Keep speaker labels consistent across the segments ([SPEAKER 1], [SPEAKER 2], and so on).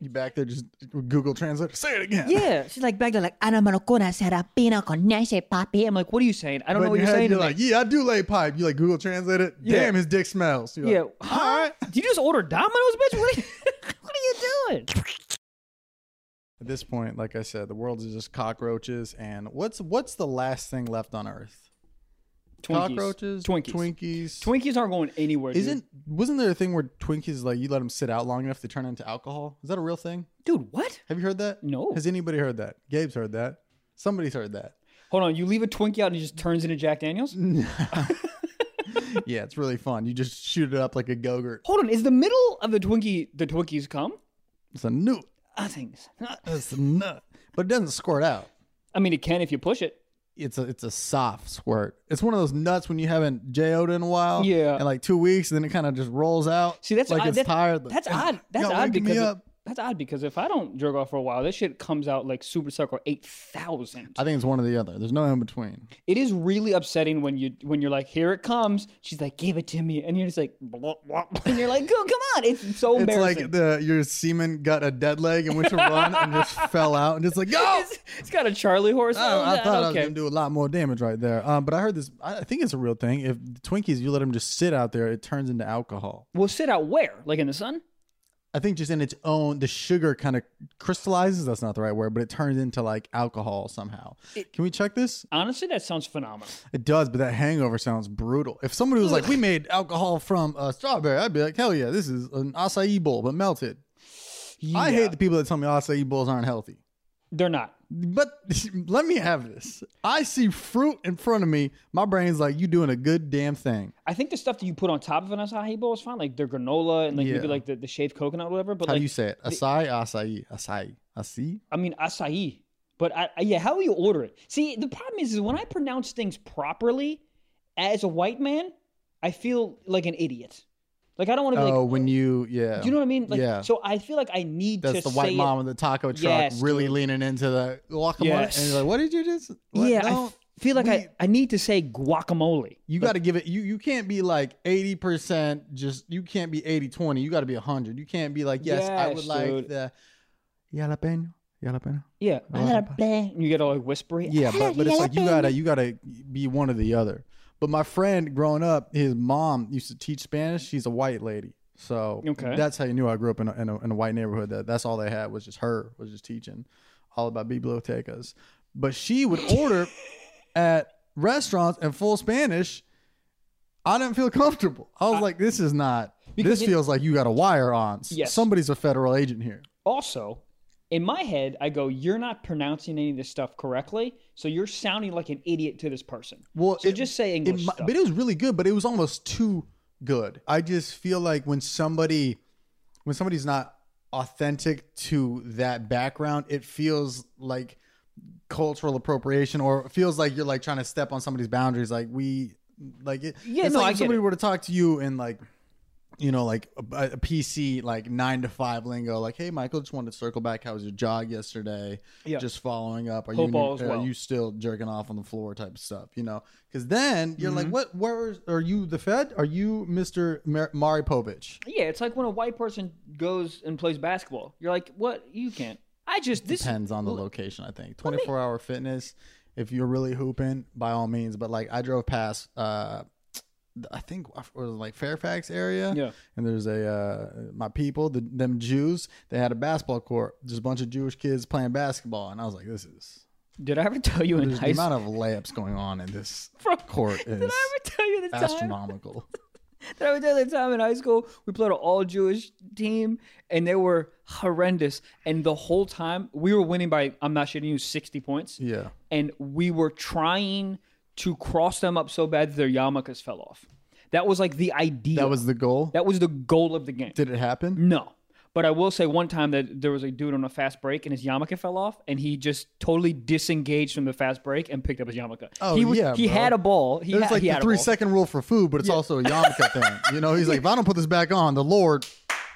[SPEAKER 1] You back there just Google Translate. Say it again.
[SPEAKER 2] Yeah, she's like back there, like I'm gonna conocer a pina con ese papi. I'm like, what are you saying? I don't
[SPEAKER 1] But
[SPEAKER 2] know
[SPEAKER 1] in your
[SPEAKER 2] what you're
[SPEAKER 1] head,
[SPEAKER 2] saying.
[SPEAKER 1] You're
[SPEAKER 2] to me.
[SPEAKER 1] like, yeah, I do lay pipe. You like Google Translate it.
[SPEAKER 2] Yeah.
[SPEAKER 1] Damn, his dick smells. You're
[SPEAKER 2] yeah,
[SPEAKER 1] like,
[SPEAKER 2] huh? Did you just order Domino's, bitch? What are you, what are you doing?
[SPEAKER 1] At this point, like I said, the world is just cockroaches. And what's what's the last thing left on Earth? Cockroaches,
[SPEAKER 2] Twinkies.
[SPEAKER 1] Twinkies.
[SPEAKER 2] Twinkies aren't going anywhere. dude.
[SPEAKER 1] Isn't wasn't there a thing where Twinkies like you let them sit out long enough to turn into alcohol? Is that a real thing?
[SPEAKER 2] dude? What?
[SPEAKER 1] Have you heard that?
[SPEAKER 2] No.
[SPEAKER 1] Has anybody heard that? Gabe's heard that. Somebody's heard that.
[SPEAKER 2] Hold on, you leave a Twinkie out and it just turns into Jack Daniels?
[SPEAKER 1] yeah, it's really fun. You just shoot it up like a go-gurt.
[SPEAKER 2] Hold on, is the middle of the Twinkie the Twinkies come?
[SPEAKER 1] It's a newt.
[SPEAKER 2] I think. so.
[SPEAKER 1] It's a nut. But it doesn't squirt out.
[SPEAKER 2] I mean, it can if you push it.
[SPEAKER 1] It's a it's a soft squirt. It's one of those nuts when you haven't J-O'd in a while.
[SPEAKER 2] Yeah.
[SPEAKER 1] And like two weeks, and then it kind of just rolls out.
[SPEAKER 2] See, that's
[SPEAKER 1] like
[SPEAKER 2] odd.
[SPEAKER 1] it's
[SPEAKER 2] that's,
[SPEAKER 1] tired.
[SPEAKER 2] That's odd. That's
[SPEAKER 1] Y'all
[SPEAKER 2] odd
[SPEAKER 1] waking me
[SPEAKER 2] because it-
[SPEAKER 1] up.
[SPEAKER 2] that's odd because if I don't jerk off for a while, this shit comes out like Super Circle eight thousand.
[SPEAKER 1] I think it's one or the other. There's no in between.
[SPEAKER 2] It is really upsetting when you when you're like, here it comes. She's like, give it to me, and you're just like, blah, blah, blah. and you're like, go, come on, it's so
[SPEAKER 1] It's
[SPEAKER 2] embarrassing.
[SPEAKER 1] like the your semen got a dead leg and went to run and just fell out and it's like, oh,
[SPEAKER 2] It's- it's got a Charlie horse.
[SPEAKER 1] Oh,
[SPEAKER 2] on
[SPEAKER 1] I
[SPEAKER 2] it.
[SPEAKER 1] thought I was
[SPEAKER 2] okay.
[SPEAKER 1] gonna do a lot more damage right there. Um, but I heard this. I I think it's a real thing. If Twinkies, you let them just sit out there, it turns into alcohol.
[SPEAKER 2] We'll sit out where, like in the sun.
[SPEAKER 1] I think just in its own, the sugar kind of crystallizes. That's not the right word, but it turns into like alcohol somehow. Can we check this?
[SPEAKER 2] Honestly, that sounds phenomenal.
[SPEAKER 1] It does, but that hangover sounds brutal. If somebody was like, "We made alcohol from uh, strawberry," I'd be like, "Hell yeah, this is an acai bowl but melted." I
[SPEAKER 2] Yeah.
[SPEAKER 1] hate the people that tell me acai bowls aren't healthy.
[SPEAKER 2] They're not.
[SPEAKER 1] But let me have this. I see fruit in front of me. My brain's like, "You doing a good damn thing."
[SPEAKER 2] I think the stuff that you put on top of an acai bowl is fine, like their granola and like
[SPEAKER 1] Yeah.
[SPEAKER 2] maybe like the, the shaved coconut or whatever. But
[SPEAKER 1] How
[SPEAKER 2] like,
[SPEAKER 1] do you say it? Acai, acai, acai, acai.
[SPEAKER 2] I mean acai. But I, I- yeah, how you order it? See, the problem is, is when I pronounce things properly as a white man, I feel like an idiot. Like I don't want to be
[SPEAKER 1] Oh,
[SPEAKER 2] like,
[SPEAKER 1] when you yeah.
[SPEAKER 2] do you know what I mean? Like,
[SPEAKER 1] yeah.
[SPEAKER 2] So I feel like I need
[SPEAKER 1] That's
[SPEAKER 2] to
[SPEAKER 1] the white
[SPEAKER 2] say
[SPEAKER 1] mom in the taco truck
[SPEAKER 2] Yes,
[SPEAKER 1] really
[SPEAKER 2] dude.
[SPEAKER 1] leaning into the guacamole.
[SPEAKER 2] Yes.
[SPEAKER 1] And you're like, what did you just?
[SPEAKER 2] It.
[SPEAKER 1] What?
[SPEAKER 2] yeah, I
[SPEAKER 1] No,
[SPEAKER 2] f- feel like
[SPEAKER 1] we-
[SPEAKER 2] I, I need to say guacamole.
[SPEAKER 1] you got to give it. You you can't be like 80% just, you can't be 80 20. You got to be 100. You can't be like, yes, I would
[SPEAKER 2] Yes,
[SPEAKER 1] like
[SPEAKER 2] dude.
[SPEAKER 1] the jalapeno. Jalapeno.
[SPEAKER 2] Yeah,
[SPEAKER 1] I like
[SPEAKER 2] and you get all like whispery.
[SPEAKER 1] Yeah, but, but it's like you gotta you gotta be one or the other. But my friend growing up, his mom used to teach Spanish. She's a white lady, so
[SPEAKER 2] Okay.
[SPEAKER 1] that's how you knew I grew up in a, in a, in a white neighborhood. That that's all they had was just her was just teaching all about bibliotecas. But she would order at restaurants in full Spanish. I didn't feel comfortable. I was like, this is not. This
[SPEAKER 2] Because it-
[SPEAKER 1] feels like you got a wire on. S-
[SPEAKER 2] Yes.
[SPEAKER 1] Somebody's a federal agent here.
[SPEAKER 2] also in my head i go you're not pronouncing any of this stuff correctly so you're sounding like an idiot to this person
[SPEAKER 1] Well,
[SPEAKER 2] so
[SPEAKER 1] it-
[SPEAKER 2] just say
[SPEAKER 1] It
[SPEAKER 2] english
[SPEAKER 1] mi-
[SPEAKER 2] stuff.
[SPEAKER 1] but it was really good, but it was almost too good. I just feel like when somebody when somebody's not authentic to that background, it feels like cultural appropriation or it feels like you're like trying to step on somebody's boundaries like we like it
[SPEAKER 2] Yeah,
[SPEAKER 1] it's
[SPEAKER 2] no,
[SPEAKER 1] like
[SPEAKER 2] I
[SPEAKER 1] if
[SPEAKER 2] get
[SPEAKER 1] somebody
[SPEAKER 2] it.
[SPEAKER 1] were to talk to you in like you know like a, a PC like 9 to 5 lingo like hey Michael just wanted to circle back how was your jog yesterday
[SPEAKER 2] Yeah.
[SPEAKER 1] just following up are
[SPEAKER 2] Hope
[SPEAKER 1] you in your-
[SPEAKER 2] all is
[SPEAKER 1] are
[SPEAKER 2] well.
[SPEAKER 1] you still jerking off on the floor type of stuff, you know? Because then you're
[SPEAKER 2] Mm-hmm.
[SPEAKER 1] like, what? Where is, are you? The Fed? Are you Mister Mar- Mari Povich?
[SPEAKER 2] yeah it's like when a white person goes and plays basketball you're like what you can't i just this
[SPEAKER 1] Depends on the location, I think. Twenty four hour fitness. If you're really hooping, by all means. But like, I drove past. uh I think it was like Fairfax area,
[SPEAKER 2] Yeah.
[SPEAKER 1] And there's a uh, my people, the, them Jews. They had a basketball court, just a bunch of Jewish kids playing basketball, and I was like, "This is
[SPEAKER 2] did i ever tell you in
[SPEAKER 1] there's the
[SPEAKER 2] high school
[SPEAKER 1] amount of layups going on in this
[SPEAKER 2] Bro,
[SPEAKER 1] court
[SPEAKER 2] did
[SPEAKER 1] is
[SPEAKER 2] i ever tell you the time
[SPEAKER 1] astronomical."
[SPEAKER 2] did i ever tell you the time in high school we played an all-jewish team and they were horrendous and the whole time we were winning by i'm not shitting you 60 points
[SPEAKER 1] yeah,
[SPEAKER 2] and we were trying to cross them up so bad that their yarmulkes fell off. That was like the idea.
[SPEAKER 1] that was the goal.
[SPEAKER 2] that was the goal of the game.
[SPEAKER 1] Did it happen?
[SPEAKER 2] no. But I will say one time that there was a dude on a fast break and his yarmulke fell off and he just totally disengaged from the fast break and picked up his yarmulke.
[SPEAKER 1] Oh,
[SPEAKER 2] he was,
[SPEAKER 1] yeah,
[SPEAKER 2] He
[SPEAKER 1] bro.
[SPEAKER 2] had a ball. He,
[SPEAKER 1] It's
[SPEAKER 2] had,
[SPEAKER 1] like
[SPEAKER 2] he
[SPEAKER 1] the
[SPEAKER 2] had a
[SPEAKER 1] three
[SPEAKER 2] ball.
[SPEAKER 1] second rule for food, but it's also a yarmulke thing. You know, he's like, if I don't put this back on, the Lord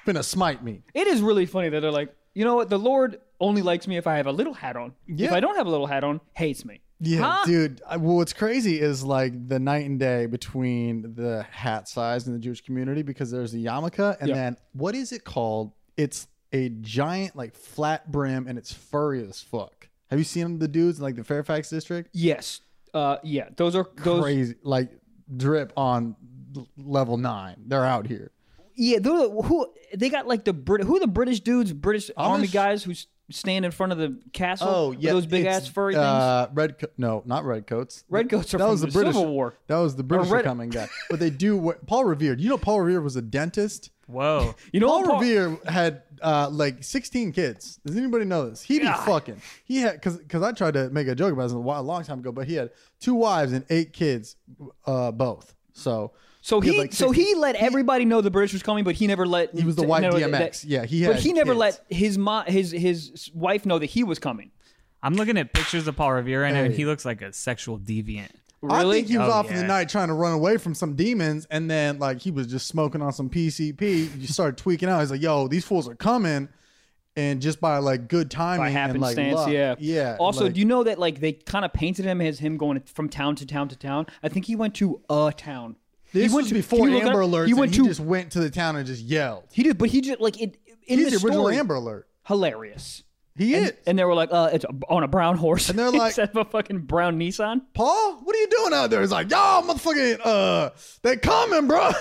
[SPEAKER 1] finna smite me.
[SPEAKER 2] It is really funny that they're like, you know what? The Lord only likes me if I have a little hat on. If
[SPEAKER 1] Yeah.
[SPEAKER 2] I don't have a little hat on, hates me.
[SPEAKER 1] Yeah,
[SPEAKER 2] Huh?
[SPEAKER 1] dude. I, well, what's crazy is like the night and day between the hat size in the Jewish community because there's the yarmulke, and
[SPEAKER 2] Yeah.
[SPEAKER 1] then what is it called? It's a giant like flat brim and it's furry as fuck. Have you seen the dudes in like the Fairfax district?
[SPEAKER 2] Yes. Uh, yeah. Those are those.
[SPEAKER 1] Crazy, like drip on l- level nine. They're out here.
[SPEAKER 2] Yeah. Those, who they got like the Brit? Who are the British dudes? British army
[SPEAKER 1] Amish?
[SPEAKER 2] guys who s- stand in front of the castle? with Those big
[SPEAKER 1] Oh, it's,
[SPEAKER 2] ass furry things.
[SPEAKER 1] Uh, red, co- no, not red coats.
[SPEAKER 2] Redcoats are
[SPEAKER 1] that
[SPEAKER 2] from
[SPEAKER 1] was
[SPEAKER 2] the,
[SPEAKER 1] the British-
[SPEAKER 2] Civil War.
[SPEAKER 1] That was the British
[SPEAKER 2] red-
[SPEAKER 1] coming guy. But they do what Paul Revere. You know, Paul Revere was a dentist.
[SPEAKER 3] Whoa.
[SPEAKER 2] You know,
[SPEAKER 1] Paul,
[SPEAKER 2] what, Paul
[SPEAKER 1] Revere had uh, like 16 kids. Does anybody know this? He be
[SPEAKER 2] God.
[SPEAKER 1] fucking. He had because because I tried to make a joke about this a while- a long time ago, but he had two wives and eight kids, uh, both. So
[SPEAKER 2] So
[SPEAKER 1] had,
[SPEAKER 2] he,
[SPEAKER 1] like,
[SPEAKER 2] so
[SPEAKER 1] 60
[SPEAKER 2] he let everybody know the British was coming, but he never let
[SPEAKER 1] he was the white
[SPEAKER 2] no, that-
[SPEAKER 1] DMX. yeah, he had.
[SPEAKER 2] but he never
[SPEAKER 1] kids.
[SPEAKER 2] let his mom, his his wife know that he was coming.
[SPEAKER 3] I'm looking at pictures of Paul Revere right now, and
[SPEAKER 1] Hey.
[SPEAKER 3] he looks like a sexual deviant.
[SPEAKER 1] I
[SPEAKER 2] Really?
[SPEAKER 1] think he was
[SPEAKER 3] Oh,
[SPEAKER 1] off in
[SPEAKER 3] yeah.
[SPEAKER 1] the night trying to run away from some demons, and then like he was just smoking on some PCP. You started tweaking out. He's like, "Yo, these fools are coming," and just by like good timing
[SPEAKER 2] by
[SPEAKER 1] and
[SPEAKER 2] happenstance,
[SPEAKER 1] like luck,
[SPEAKER 2] yeah,
[SPEAKER 1] yeah.
[SPEAKER 2] Also,
[SPEAKER 1] like,
[SPEAKER 2] do you know that like they kind of painted him as him going from town to town to town? I think he went to a town.
[SPEAKER 1] this
[SPEAKER 2] he went
[SPEAKER 1] was
[SPEAKER 2] to-
[SPEAKER 1] before
[SPEAKER 2] can you look
[SPEAKER 1] Amber
[SPEAKER 2] it up?
[SPEAKER 1] Alerts.
[SPEAKER 2] He
[SPEAKER 1] and
[SPEAKER 2] went
[SPEAKER 1] he
[SPEAKER 2] to
[SPEAKER 1] just went to the town and just yelled.
[SPEAKER 2] he did, but he just like it in
[SPEAKER 1] He's
[SPEAKER 2] the
[SPEAKER 1] the original
[SPEAKER 2] story.
[SPEAKER 1] Amber Alert.
[SPEAKER 2] Hilarious.
[SPEAKER 1] He is.
[SPEAKER 2] And they were like, uh, it's on a brown horse.
[SPEAKER 1] And they're like-
[SPEAKER 2] instead of a fucking brown Nissan.
[SPEAKER 1] Paul, what are you doing out there? He's like, y'all motherfucking uh they coming, bro.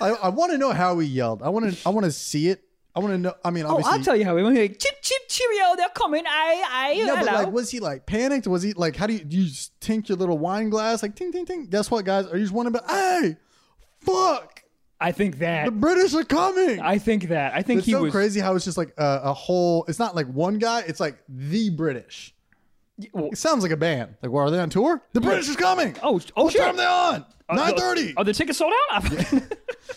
[SPEAKER 1] I, I want to know how he yelled. I want to I want to see it. I want to know. I mean,
[SPEAKER 2] Oh,
[SPEAKER 1] obviously,
[SPEAKER 2] I'll tell you how he went. He like, chip, chip, cheerio, they're coming. I, I,
[SPEAKER 1] No,
[SPEAKER 2] hello.
[SPEAKER 1] but like, was he like panicked? Was he like, how do you do you just tink your little wine glass like ting ting ting? Guess what, guys? Are you just wondering about? Hey, fuck!
[SPEAKER 2] I think that.
[SPEAKER 1] The British are coming.
[SPEAKER 2] I think that. I think
[SPEAKER 1] it's
[SPEAKER 2] he
[SPEAKER 1] so
[SPEAKER 2] was.
[SPEAKER 1] crazy how it's just like a, a whole. It's not like one guy. It's like the British.
[SPEAKER 2] well-
[SPEAKER 1] It sounds like a band. Like, where are they on tour? The British is coming.
[SPEAKER 2] Oh, oh,
[SPEAKER 1] what
[SPEAKER 2] shit. uh,
[SPEAKER 1] time are they on? Nine
[SPEAKER 2] Are
[SPEAKER 1] thirty.
[SPEAKER 2] the- Are the tickets sold out?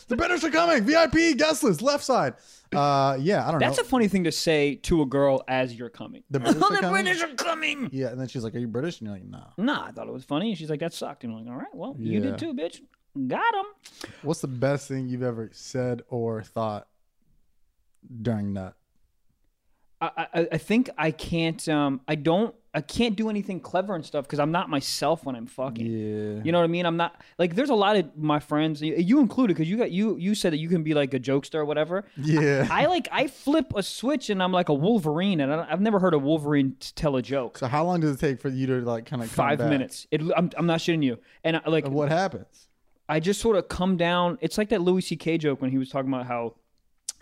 [SPEAKER 1] The British are coming. VIP guest list, left side. Uh, yeah, I don't
[SPEAKER 2] That's
[SPEAKER 1] know.
[SPEAKER 2] a funny thing to say to a girl as you're coming.
[SPEAKER 1] the British are coming.
[SPEAKER 2] are coming.
[SPEAKER 1] yeah, and then she's like, "Are you British?" And you're like, "No."
[SPEAKER 2] Nah, I thought it was funny. She's like, that sucked. And I'm like, all right, well, you
[SPEAKER 1] Yeah.
[SPEAKER 2] did too, bitch. Got him.
[SPEAKER 1] What's the best thing you've ever said or thought during that?
[SPEAKER 2] I, I, I think I can't. Um, I don't. I can't do anything clever and stuff because I'm not myself when I'm fucking.
[SPEAKER 1] Yeah.
[SPEAKER 2] You know what I mean? I'm not like. There's a lot of my friends, you- you included, because you got you. You said that you can be like a jokester or whatever.
[SPEAKER 1] Yeah.
[SPEAKER 2] I like. I flip a switch and I'm like a Wolverine, and I don't, I've never heard a Wolverine t- tell a joke.
[SPEAKER 1] so how long does it take for you to like kind of
[SPEAKER 2] Five minutes. It, I'm, I'm not shitting you. And I, like,
[SPEAKER 1] What happens?
[SPEAKER 2] I just sort of come down. It's like that Louis C.K. joke when he was talking about how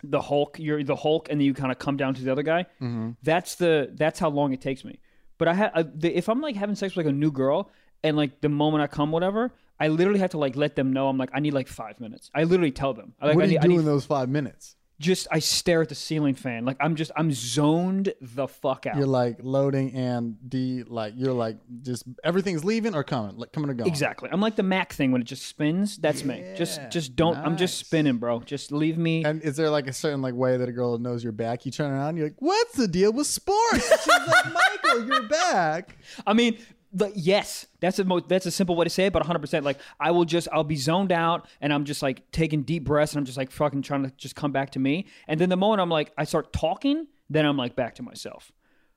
[SPEAKER 2] the Hulk, you're the Hulk, and then you kind of come down to the other guy.
[SPEAKER 1] Mm-hmm.
[SPEAKER 2] That's the that's how long it takes me. But I had the if I'm like having sex with like a new girl, and like the moment I come, whatever, I literally have to like let them know. I'm like, I need like five minutes. I literally tell them. I, Like,
[SPEAKER 1] what
[SPEAKER 2] I
[SPEAKER 1] do
[SPEAKER 2] need,
[SPEAKER 1] you
[SPEAKER 2] I
[SPEAKER 1] do
[SPEAKER 2] need-
[SPEAKER 1] in those five minutes?
[SPEAKER 2] just I stare at the ceiling fan. Like I'm just I'm zoned the fuck out.
[SPEAKER 1] You're like loading and de like you're like just everything's leaving or coming, like coming or going.
[SPEAKER 2] Exactly. I'm like the Mac thing when it just spins. That's me. Just
[SPEAKER 1] Yeah,
[SPEAKER 2] just don't. I'm just
[SPEAKER 1] nice.
[SPEAKER 2] spinning, bro. Just leave me.
[SPEAKER 1] And is there like a certain like way that a girl knows you're back? You turn around, you're like, "What's the deal with sports?" She's like, "Michael, you're back."
[SPEAKER 2] I mean, the, yes, that's a mo- that's a simple way to say it, but 100. percent Like I will just I'll be zoned out, and I'm just like taking deep breaths, and I'm just like fucking trying to just come back to me. And then the moment I'm like I start talking, then I'm like back to myself.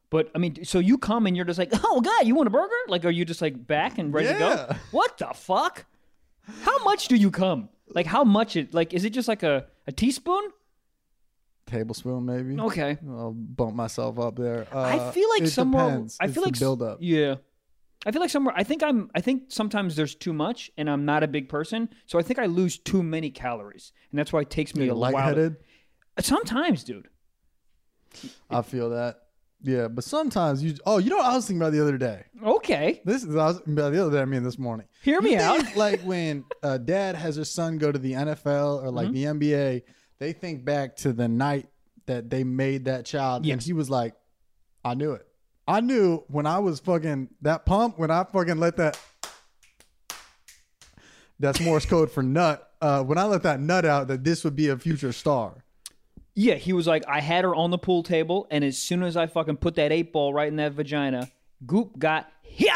[SPEAKER 2] But I mean, so you come and you're just like, oh god, you want a burger? Like, are you just like back and ready to go?
[SPEAKER 1] Yeah.
[SPEAKER 2] What the fuck? How much do you come? Like, how much it? Like, is it just like a a teaspoon?
[SPEAKER 1] Tablespoon, maybe.
[SPEAKER 2] Okay.
[SPEAKER 1] I'll bump myself up there.
[SPEAKER 2] I
[SPEAKER 1] Uh,
[SPEAKER 2] feel like
[SPEAKER 1] it
[SPEAKER 2] somewhere
[SPEAKER 1] depends.
[SPEAKER 2] I
[SPEAKER 1] It's
[SPEAKER 2] feel
[SPEAKER 1] the
[SPEAKER 2] like s-
[SPEAKER 1] build up.
[SPEAKER 2] Yeah. I feel like somewhere I think I'm I think sometimes there's too much and I'm not a big person, so I think I lose too many calories. And that's why it takes me
[SPEAKER 1] You're
[SPEAKER 2] a while.
[SPEAKER 1] lightheaded.
[SPEAKER 2] to- Sometimes, dude.
[SPEAKER 1] I feel that. Yeah, but sometimes you. Oh, you know what I was thinking about the other day.
[SPEAKER 2] Okay.
[SPEAKER 1] This is I was, by the other day. I mean this morning.
[SPEAKER 2] Hear me
[SPEAKER 1] You
[SPEAKER 2] out.
[SPEAKER 1] think, like when a dad has their son go to the NFL or
[SPEAKER 2] Mm-hmm.
[SPEAKER 1] like the NBA, they think back to the night that they made that child, and
[SPEAKER 2] Yes.
[SPEAKER 1] he was like, "I knew it. I knew when I was fucking that pump when I fucking let that." That's Morse code for nut. Uh, when I let that nut out, that this would be a future star.
[SPEAKER 2] Yeah, he was like, I had her on the pool table, and as soon as I fucking put that eight ball right in that vagina, Goop got yeah.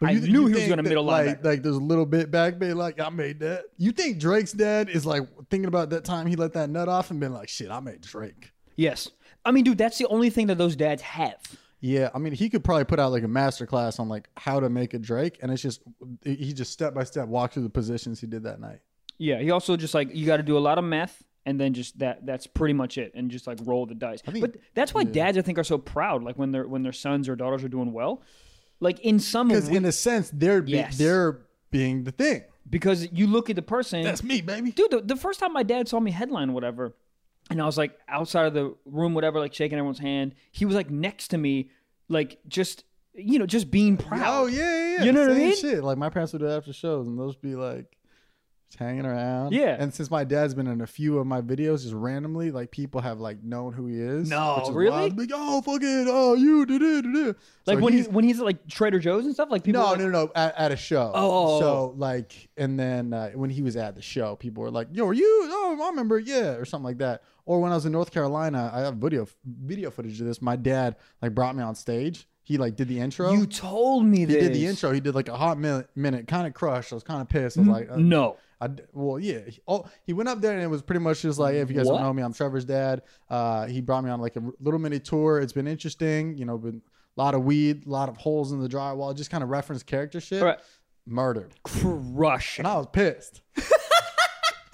[SPEAKER 1] But
[SPEAKER 2] I
[SPEAKER 1] you-
[SPEAKER 2] knew
[SPEAKER 1] you
[SPEAKER 2] he was
[SPEAKER 1] think
[SPEAKER 2] gonna
[SPEAKER 1] that,
[SPEAKER 2] middle
[SPEAKER 1] like,
[SPEAKER 2] linebacker.
[SPEAKER 1] like there's a little bit back, but like I made that. You think Drake's dad is like thinking about that time he let that nut off and been like, shit, I made Drake.
[SPEAKER 2] Yes. I mean, dude, that's the only thing that those dads have.
[SPEAKER 1] Yeah, I mean, he could probably put out like a master class on like how to make a Drake, and it's just he just step by step walked through the positions he did that night.
[SPEAKER 2] Yeah, he also just like you got to do a lot of meth and then just that that's pretty much it and just like roll the dice
[SPEAKER 1] think-
[SPEAKER 2] but that's why dads i think are so proud like when their when their sons or daughters are doing well like in some
[SPEAKER 1] Because
[SPEAKER 2] we-
[SPEAKER 1] in a sense, they're be-
[SPEAKER 2] Yes.
[SPEAKER 1] they're being the thing.
[SPEAKER 2] because you look at the person
[SPEAKER 1] me, baby.
[SPEAKER 2] dude the, the first time my dad saw me headline whatever and i was like outside of the room whatever like shaking everyone's hand he was like next to me like just you know just being proud
[SPEAKER 1] Oh yeah, yeah, yeah.
[SPEAKER 2] You know what I
[SPEAKER 1] Same
[SPEAKER 2] mean?
[SPEAKER 1] Shit. Like my parents would do it after shows, and they'll just be like just hanging around.
[SPEAKER 2] Yeah.
[SPEAKER 1] And since my dad's been in a few of my videos, just randomly, like people have like known who he is.
[SPEAKER 2] No,
[SPEAKER 1] which is
[SPEAKER 2] really?
[SPEAKER 1] wild. Like oh fucking oh you do do do do.
[SPEAKER 2] like
[SPEAKER 1] So
[SPEAKER 2] when he's when he's at like trader joe's and stuff like people
[SPEAKER 1] no,
[SPEAKER 2] are like,
[SPEAKER 1] no, no, no, at, at a show.
[SPEAKER 2] Oh, oh, oh.
[SPEAKER 1] so like, and then uh, when he was at the show, people were like, "Yo, are you? Oh, I remember, yeah," or something like that. Or when I was in North Carolina, I have video video footage of this. My dad like brought me on stage. He like did the intro.
[SPEAKER 2] you told me
[SPEAKER 1] he
[SPEAKER 2] this
[SPEAKER 1] did the intro. He did like a hot minute, minute kind of crushed. I was kind of pissed. I was like, uh,
[SPEAKER 2] no
[SPEAKER 1] I, well, yeah. He, oh, he went up there and it was pretty much just like, if you guys
[SPEAKER 2] What?
[SPEAKER 1] don't know me, I'm Trevor's dad. Uh, he brought me on like a r- little mini tour. It's been interesting. You know, been a lot of weed, a lot of holes in the drywall. Just kind of reference character shit.
[SPEAKER 2] Right.
[SPEAKER 1] Murdered,
[SPEAKER 2] crush
[SPEAKER 1] and I was pissed.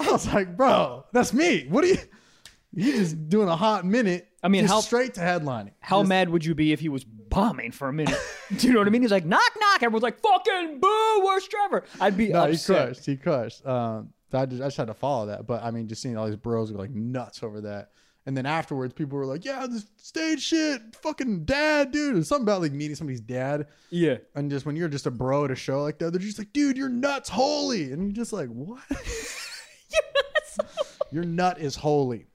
[SPEAKER 1] I was like, bro, that's me. What are you? You just doing a hot minute.
[SPEAKER 2] I mean,
[SPEAKER 1] just
[SPEAKER 2] how-
[SPEAKER 1] straight to headlining.
[SPEAKER 2] how mad would you be if he was bombing for a minute? Do you know what I mean? He's like, knock, knock. Everyone's like, fucking boo, where's Trevor? I'd be
[SPEAKER 1] No, he
[SPEAKER 2] upset.
[SPEAKER 1] crushed. He crushed. Um, so I just, I just had to follow that. But I mean, just seeing all these bros go like nuts over that. And then afterwards, people were like, "Yeah, this stage shit, fucking dad, dude." It's something about like meeting somebody's dad,
[SPEAKER 2] Yeah.
[SPEAKER 1] and just when you're just a bro at a show like that, they're just like, "Dude, you're nuts, holy," and you're just like, "What? Your nut is holy."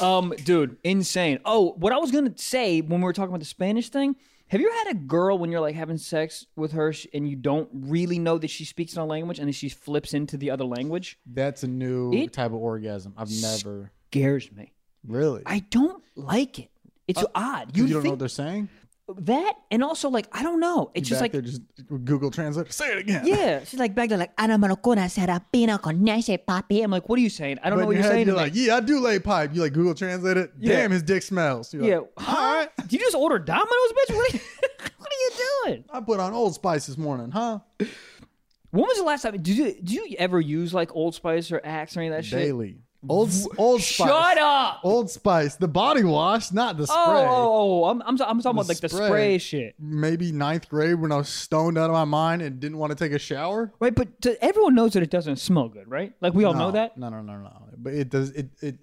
[SPEAKER 2] Um, dude, insane. Oh, what I was gonna say when we were talking about the Spanish thing. Have you ever had a girl when you're like having sex with her sh- and you don't really know that she speaks another language and then she flips into the other language?
[SPEAKER 1] That's a new
[SPEAKER 2] It-
[SPEAKER 1] type of orgasm. I've never
[SPEAKER 2] Scares me.
[SPEAKER 1] really.
[SPEAKER 2] I don't like it. It's odd.
[SPEAKER 1] Uh, you
[SPEAKER 2] You,
[SPEAKER 1] don't know what
[SPEAKER 2] think
[SPEAKER 1] they're saying.
[SPEAKER 2] that, and also like I don't know. It's
[SPEAKER 1] Back
[SPEAKER 2] just like
[SPEAKER 1] there, just Google Translate. Say it again.
[SPEAKER 2] yeah. She's like back there like I don't know con ese papi. I'm like, what are you saying? I don't
[SPEAKER 1] But
[SPEAKER 2] know
[SPEAKER 1] in
[SPEAKER 2] what
[SPEAKER 1] your
[SPEAKER 2] you're
[SPEAKER 1] head,
[SPEAKER 2] saying.
[SPEAKER 1] You're
[SPEAKER 2] to me.
[SPEAKER 1] like, yeah, I do lay pipe. You like Google Translate it.
[SPEAKER 2] Yeah.
[SPEAKER 1] Damn, his dick smells. You're
[SPEAKER 2] yeah,
[SPEAKER 1] like, all
[SPEAKER 2] huh?
[SPEAKER 1] right.
[SPEAKER 2] Did you just order Domino's, bitch? What are you, what are you doing?
[SPEAKER 1] I put on Old Spice this morning, huh?
[SPEAKER 2] When was the last time? Did you do you ever use like Old Spice or Axe or any of that shit?
[SPEAKER 1] Daily. Old Old Spice.
[SPEAKER 2] Shut up!
[SPEAKER 1] Old Spice, the body wash, not the spray.
[SPEAKER 2] Oh, oh, oh, I'm, I'm, I'm talking about like the
[SPEAKER 1] spray.
[SPEAKER 2] spray shit.
[SPEAKER 1] Maybe ninth grade when I was stoned out of my mind and didn't want to take a shower.
[SPEAKER 2] Right, but t- everyone knows that it doesn't smell good, right? Like we all know
[SPEAKER 1] No,
[SPEAKER 2] that.
[SPEAKER 1] No, no, no, no. But it does. It it.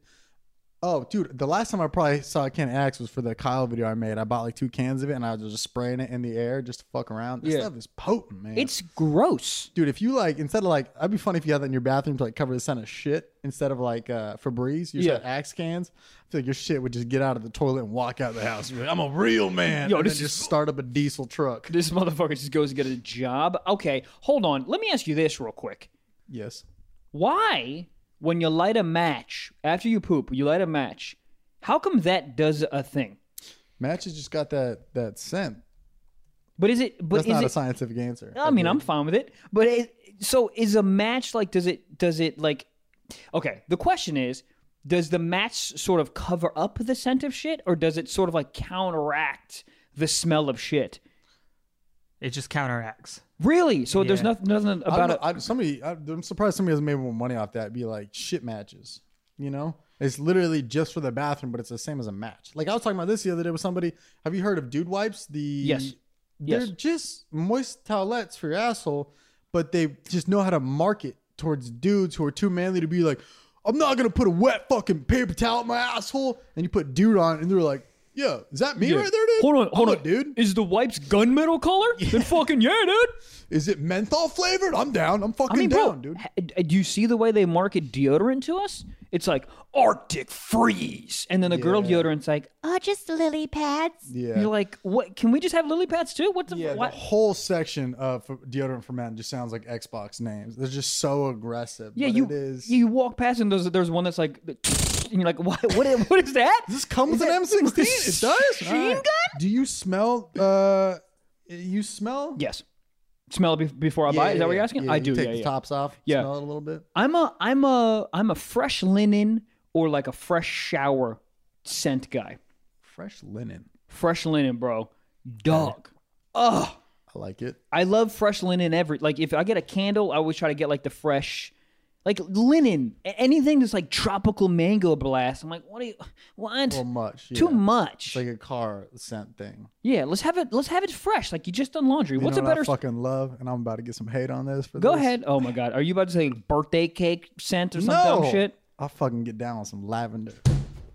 [SPEAKER 1] Oh, dude, the last time I probably saw Ken Axe was for the Kyle video I made. I bought like two cans of it and I was just spraying it in the air just to fuck around. This
[SPEAKER 2] Yeah.
[SPEAKER 1] stuff is potent, man.
[SPEAKER 2] It's gross.
[SPEAKER 1] dude, if you like instead of like, that'd be funny if you had that in your bathroom to like cover the scent of shit instead of like uh Febreze. You just
[SPEAKER 2] Yeah.
[SPEAKER 1] had axe cans. I feel like your shit would just get out of the toilet and walk out of the house. You're like, I'm a real man.
[SPEAKER 2] Yo,
[SPEAKER 1] and
[SPEAKER 2] this
[SPEAKER 1] then
[SPEAKER 2] is-
[SPEAKER 1] just start up a diesel truck.
[SPEAKER 2] This motherfucker just goes to get a job. Okay, hold on. Let me ask you this real quick.
[SPEAKER 1] Yes,
[SPEAKER 2] Why, when you light a match after you poop, you light a match. How come that does a thing?
[SPEAKER 1] matches just got that that scent.
[SPEAKER 2] But is it? But
[SPEAKER 1] That's
[SPEAKER 2] is
[SPEAKER 1] not
[SPEAKER 2] it,
[SPEAKER 1] a scientific answer.
[SPEAKER 2] I mean, I'm fine with it. But it, so is a match like? Does it? Does it like? Okay. The question is, does the match sort of cover up the scent of shit, or does it sort of like counteract the smell of shit?
[SPEAKER 3] It just counteracts.
[SPEAKER 2] Really? So there's
[SPEAKER 3] Yeah.
[SPEAKER 2] nothing, nothing
[SPEAKER 1] I don't
[SPEAKER 2] about
[SPEAKER 1] know,
[SPEAKER 2] it.
[SPEAKER 1] I, somebody. I, I'm surprised somebody hasn't made more money off that. Be like shit matches, you know. It's literally just for the bathroom, but it's the same as a match. Like I was talking about this the other day with somebody. Have you heard of dude wipes? The
[SPEAKER 2] Yes.
[SPEAKER 1] they're
[SPEAKER 2] Yes.
[SPEAKER 1] just moist towelettes for your asshole, but they just know how to market towards dudes who are too manly to be like, I'm not gonna put a wet fucking paper towel in my asshole. And you put dude on, and they're like, Yeah, is that me right there, dude?
[SPEAKER 2] Hold on, hold
[SPEAKER 1] I'm a
[SPEAKER 2] on,
[SPEAKER 1] dude.
[SPEAKER 2] Is the wipes gunmetal color? Then fucking yeah, dude.
[SPEAKER 1] Is it menthol flavored? I'm down. I'm fucking
[SPEAKER 2] I mean, bro,
[SPEAKER 1] down, dude.
[SPEAKER 2] h- do you see the way they market deodorant to us? It's like Arctic Freeze, and then the girl
[SPEAKER 1] Yeah.
[SPEAKER 2] deodorant's like,
[SPEAKER 4] Oh, just lily pads.
[SPEAKER 1] Yeah.
[SPEAKER 2] You're like, what? Can we just have lily pads too? What the?
[SPEAKER 1] Yeah,
[SPEAKER 2] what?
[SPEAKER 1] the whole section of f- deodorant for men just sounds like Xbox names. They're just so aggressive.
[SPEAKER 2] yeah,
[SPEAKER 1] but
[SPEAKER 2] you
[SPEAKER 1] It is.
[SPEAKER 2] you walk past and there's there's one that's like, and you're like, what? What is, what is that?
[SPEAKER 1] Does this come with an M sixteen? It does.
[SPEAKER 2] Machine
[SPEAKER 1] All
[SPEAKER 2] gun?
[SPEAKER 1] Do you smell? Uh, you smell?
[SPEAKER 2] yes. Smell it be- before I buy. it. Is that what you're asking? I
[SPEAKER 1] you
[SPEAKER 2] do.
[SPEAKER 1] Take
[SPEAKER 2] yeah,
[SPEAKER 1] the
[SPEAKER 2] yeah.
[SPEAKER 1] tops off.
[SPEAKER 2] Yeah.
[SPEAKER 1] Smell it a little bit.
[SPEAKER 2] I'm a I'm a I'm a fresh linen or like a fresh shower scent guy.
[SPEAKER 1] Fresh linen.
[SPEAKER 2] Fresh linen, bro. Dog. Ugh.
[SPEAKER 1] I like it.
[SPEAKER 2] I love fresh linen every like if I get a candle, I always try to get like the fresh Like linen, a- anything that's like tropical mango blast. I'm like, what? Are you, what?
[SPEAKER 1] Well, much. yeah.
[SPEAKER 2] Too much.
[SPEAKER 1] It's like a car scent thing.
[SPEAKER 2] yeah, let's have it. Let's have it fresh. Like you just done laundry.
[SPEAKER 1] You
[SPEAKER 2] What's
[SPEAKER 1] know
[SPEAKER 2] a
[SPEAKER 1] what
[SPEAKER 2] better?
[SPEAKER 1] I fucking love? And I'm about to get some hate on this. For
[SPEAKER 2] Go
[SPEAKER 1] this.
[SPEAKER 2] ahead. Oh my god, are you about to say birthday cake scent or some
[SPEAKER 1] No.
[SPEAKER 2] dumb shit?
[SPEAKER 1] I'll fucking get down on some lavender.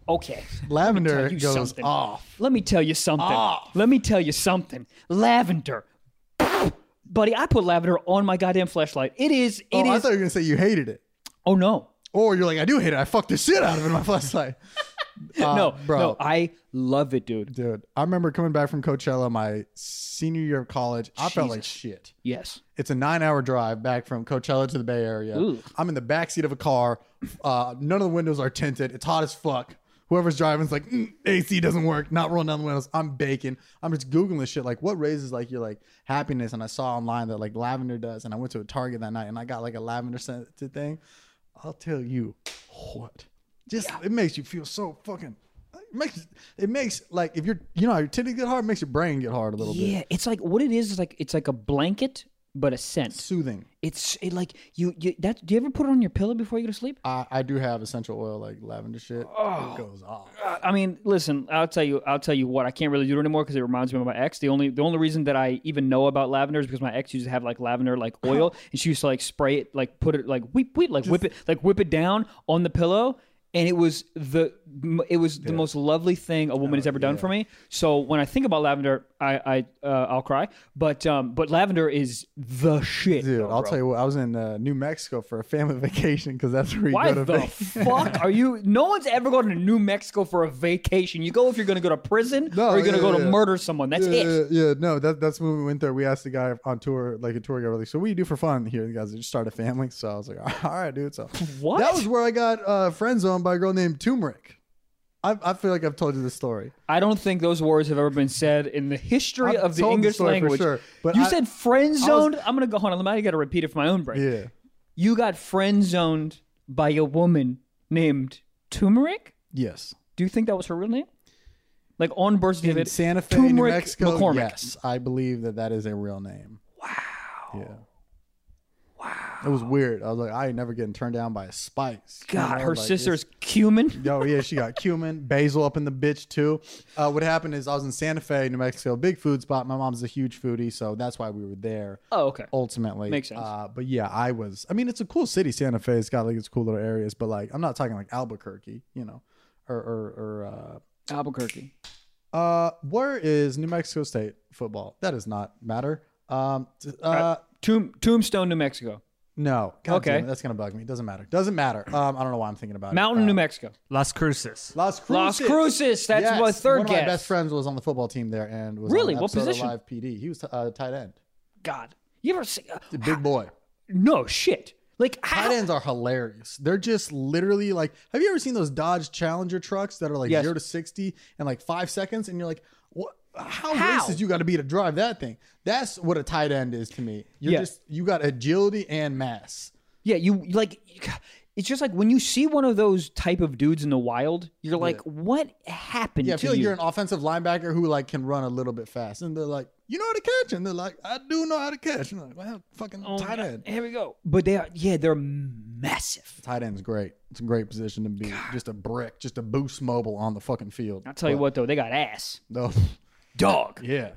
[SPEAKER 2] Okay.
[SPEAKER 1] Lavender
[SPEAKER 2] tell you
[SPEAKER 1] goes
[SPEAKER 2] something.
[SPEAKER 1] off.
[SPEAKER 2] Let me tell you something.
[SPEAKER 1] Off.
[SPEAKER 2] Let me tell you something. Lavender. Buddy, I put lavender on my goddamn flashlight. It is.
[SPEAKER 1] Oh,
[SPEAKER 2] It is.
[SPEAKER 1] I thought you were gonna say you hated it,
[SPEAKER 2] oh no.
[SPEAKER 1] or you're like, I do hate it. I fucked the shit out of it in my flashlight. Uh,
[SPEAKER 2] no,
[SPEAKER 1] bro,
[SPEAKER 2] no, I love it, dude.
[SPEAKER 1] dude. I remember coming back from Coachella my senior year of college. I felt like shit.
[SPEAKER 2] Yes.
[SPEAKER 1] It's a nine-hour drive back from Coachella to the Bay Area.
[SPEAKER 2] Ooh.
[SPEAKER 1] I'm in the backseat of a car. Uh, none of the windows are tinted. It's hot as fuck. Whoever's driving's like, "Mm, AC doesn't work. Not rolling down the windows. I'm baking. I'm just googling this shit. Like, what raises like your like happiness? And I saw online that like lavender does. And I went to a Target that night and I got like a lavender scented thing. I'll tell you what. Just it makes you feel so fucking. It makes it makes like if you're you know how your titties get hard, it makes your brain get hard a little bit.
[SPEAKER 2] Yeah, it's like what it is is like it's like a blanket but a scent.
[SPEAKER 1] Soothing.
[SPEAKER 2] It's it like you, you that do you ever put it on your pillow before you go to sleep?
[SPEAKER 1] I, I do have essential oil like lavender shit. It goes off.
[SPEAKER 2] I mean, listen, I'll tell you, I'll tell you what, I can't really do it anymore because it reminds me of my ex. The only, the only reason that I even know about lavender is because my ex used to have like lavender, like oil, and she used to like spray it, like put it, like weep, weep, like whip it, like whip it down on the pillow, and it was the, m- it was the most lovely thing a woman has ever done for me. So when I think about lavender, I, I, uh, I'll cry. But, um, but lavender is the shit.
[SPEAKER 1] Dude,
[SPEAKER 2] though,
[SPEAKER 1] I'll
[SPEAKER 2] bro.
[SPEAKER 1] tell you what. I was in uh, New Mexico for a family vacation because that's where you go
[SPEAKER 2] Why
[SPEAKER 1] to
[SPEAKER 2] the
[SPEAKER 1] vac-
[SPEAKER 2] fuck are you? No one's ever going to New Mexico for a vacation. You go if you're going to go to prison
[SPEAKER 1] No,
[SPEAKER 2] or you're going to
[SPEAKER 1] yeah,
[SPEAKER 2] go to
[SPEAKER 1] yeah.
[SPEAKER 2] murder someone. That's
[SPEAKER 1] yeah,
[SPEAKER 2] it.
[SPEAKER 1] yeah, yeah, no, that, that's when we went there. We asked the guy on tour, like a tour guide, like, so what do you do for fun here? The guys just start a family. So I was like, all right, dude. So
[SPEAKER 2] What?
[SPEAKER 1] that was where I got uh, friend zoned by a girl named Turmeric. I, I feel like I've told you this story.
[SPEAKER 2] I don't think those words have ever been said in the
[SPEAKER 1] I've
[SPEAKER 2] history of the
[SPEAKER 1] told the
[SPEAKER 2] English
[SPEAKER 1] story for
[SPEAKER 2] language.
[SPEAKER 1] sure, but
[SPEAKER 2] you
[SPEAKER 1] I-
[SPEAKER 2] said friend zoned. I'm going to go. Hold on. I got to repeat it for my own brain.
[SPEAKER 1] Yeah,
[SPEAKER 2] You got friend zoned by a woman named Turmeric.
[SPEAKER 1] yes.
[SPEAKER 2] Do you think that was her real name? Like on birth
[SPEAKER 1] In
[SPEAKER 2] certificate,
[SPEAKER 1] Santa Fe, New
[SPEAKER 2] Turmeric
[SPEAKER 1] Mexico.
[SPEAKER 2] McCormick.
[SPEAKER 1] Yes, I believe that that is a real name. Wow. Yeah. Wow. It was weird. I was like, I ain't never getting turned down by a spice. You
[SPEAKER 2] God,
[SPEAKER 1] know,
[SPEAKER 2] her
[SPEAKER 1] like,
[SPEAKER 2] sister's cumin.
[SPEAKER 1] it's- Oh yeah, she got cumin, basil up in the bitch too. Uh, what happened is I was in Santa Fe, New Mexico, big food spot. My mom's a huge foodie, so that's why we were there.
[SPEAKER 2] Oh, okay.
[SPEAKER 1] Ultimately,
[SPEAKER 2] Makes sense.
[SPEAKER 1] Uh, but yeah, I was. I mean, it's a cool city, Santa Fe. It's got like its cool little areas, but like I'm not talking like Albuquerque, you know, or or, or uh,
[SPEAKER 2] Albuquerque.
[SPEAKER 1] uh, where is New Mexico State football? That does not matter. Um, t- uh,
[SPEAKER 2] Tomb, Tombstone, New Mexico.
[SPEAKER 1] no. God
[SPEAKER 2] Okay.
[SPEAKER 1] damn it, that's gonna bug me. Doesn't matter. Doesn't matter. Um, I don't know why I'm thinking about
[SPEAKER 2] Mountain,
[SPEAKER 1] it.
[SPEAKER 2] New
[SPEAKER 1] Uh,
[SPEAKER 2] Mexico.
[SPEAKER 3] Las Cruces.
[SPEAKER 1] Las Cruces.
[SPEAKER 2] Las Cruces. That's
[SPEAKER 1] Yes,
[SPEAKER 2] my third
[SPEAKER 1] One of
[SPEAKER 2] guess.
[SPEAKER 1] my best friends was on the football team there and was
[SPEAKER 2] Really?
[SPEAKER 1] on an
[SPEAKER 2] What
[SPEAKER 1] episode of
[SPEAKER 2] position?
[SPEAKER 1] Live PD. He was t- uh, tight end.
[SPEAKER 2] God, you ever see? uh,
[SPEAKER 1] The big boy.
[SPEAKER 2] no shit. Like
[SPEAKER 1] Tight
[SPEAKER 2] how?
[SPEAKER 1] ends are hilarious. They're just literally like, have you ever seen those Dodge Challenger trucks that are like
[SPEAKER 2] Yes.
[SPEAKER 1] zero to sixty in like five seconds? And you're like, what? How,
[SPEAKER 2] How?
[SPEAKER 1] racist you got to be to drive that thing? That's what a tight end is to me. You're
[SPEAKER 2] Yeah.
[SPEAKER 1] just you got agility and mass.
[SPEAKER 2] Yeah, you like. It's just like when you see one of those type of dudes in the wild, you're like, what happened
[SPEAKER 1] Yeah, I
[SPEAKER 2] to
[SPEAKER 1] feel like
[SPEAKER 2] you?
[SPEAKER 1] you're an offensive linebacker who like can run a little bit fast, and they're like, you know how to catch, and they're like, I do know how to catch. And I'm like, well, fucking
[SPEAKER 2] Oh,
[SPEAKER 1] tight end.
[SPEAKER 2] Here we go. But they are. Yeah, they're massive.
[SPEAKER 1] Tight end's great. It's a great position to be. Just a brick, just a boost mobile on the fucking field.
[SPEAKER 2] I'll tell you what though, they got ass.
[SPEAKER 1] No.
[SPEAKER 2] Dog.
[SPEAKER 1] Yeah.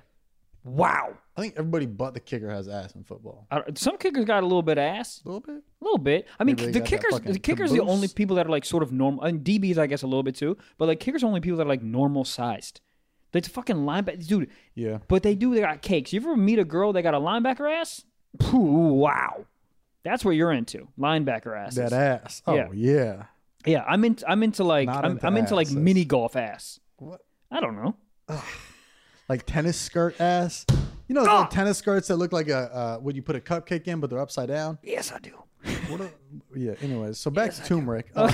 [SPEAKER 2] Wow.
[SPEAKER 1] I think everybody but the kicker has ass in football.
[SPEAKER 2] I, some kickers got a little bit of ass.
[SPEAKER 1] A little bit.
[SPEAKER 2] A little bit. I mean,
[SPEAKER 1] Maybe they
[SPEAKER 2] the
[SPEAKER 1] got that
[SPEAKER 2] kickers,
[SPEAKER 1] fucking
[SPEAKER 2] the kickers, are the
[SPEAKER 1] caboose.
[SPEAKER 2] only people that are like sort of normal, and DBs, I guess, a little bit too. But like kickers, are only people that are like normal sized. That's fucking linebacker, dude.
[SPEAKER 1] Yeah.
[SPEAKER 2] But they do. They got cakes. You ever meet a girl that got a linebacker ass? Phew, wow, that's what you're into, linebacker ass.
[SPEAKER 1] That ass. Oh
[SPEAKER 2] Yeah.
[SPEAKER 1] yeah.
[SPEAKER 2] Yeah, I'm into. I'm into like.
[SPEAKER 1] Not
[SPEAKER 2] I'm
[SPEAKER 1] into
[SPEAKER 2] I'm into like
[SPEAKER 1] asses.
[SPEAKER 2] mini golf ass.
[SPEAKER 1] What?
[SPEAKER 2] I don't know.
[SPEAKER 1] Like tennis skirt ass. You know, the tennis skirts that look like a uh, when you put a cupcake in, but they're upside down.
[SPEAKER 2] Yes, I do.
[SPEAKER 1] What a, yeah. Anyways, so back to turmeric. Uh,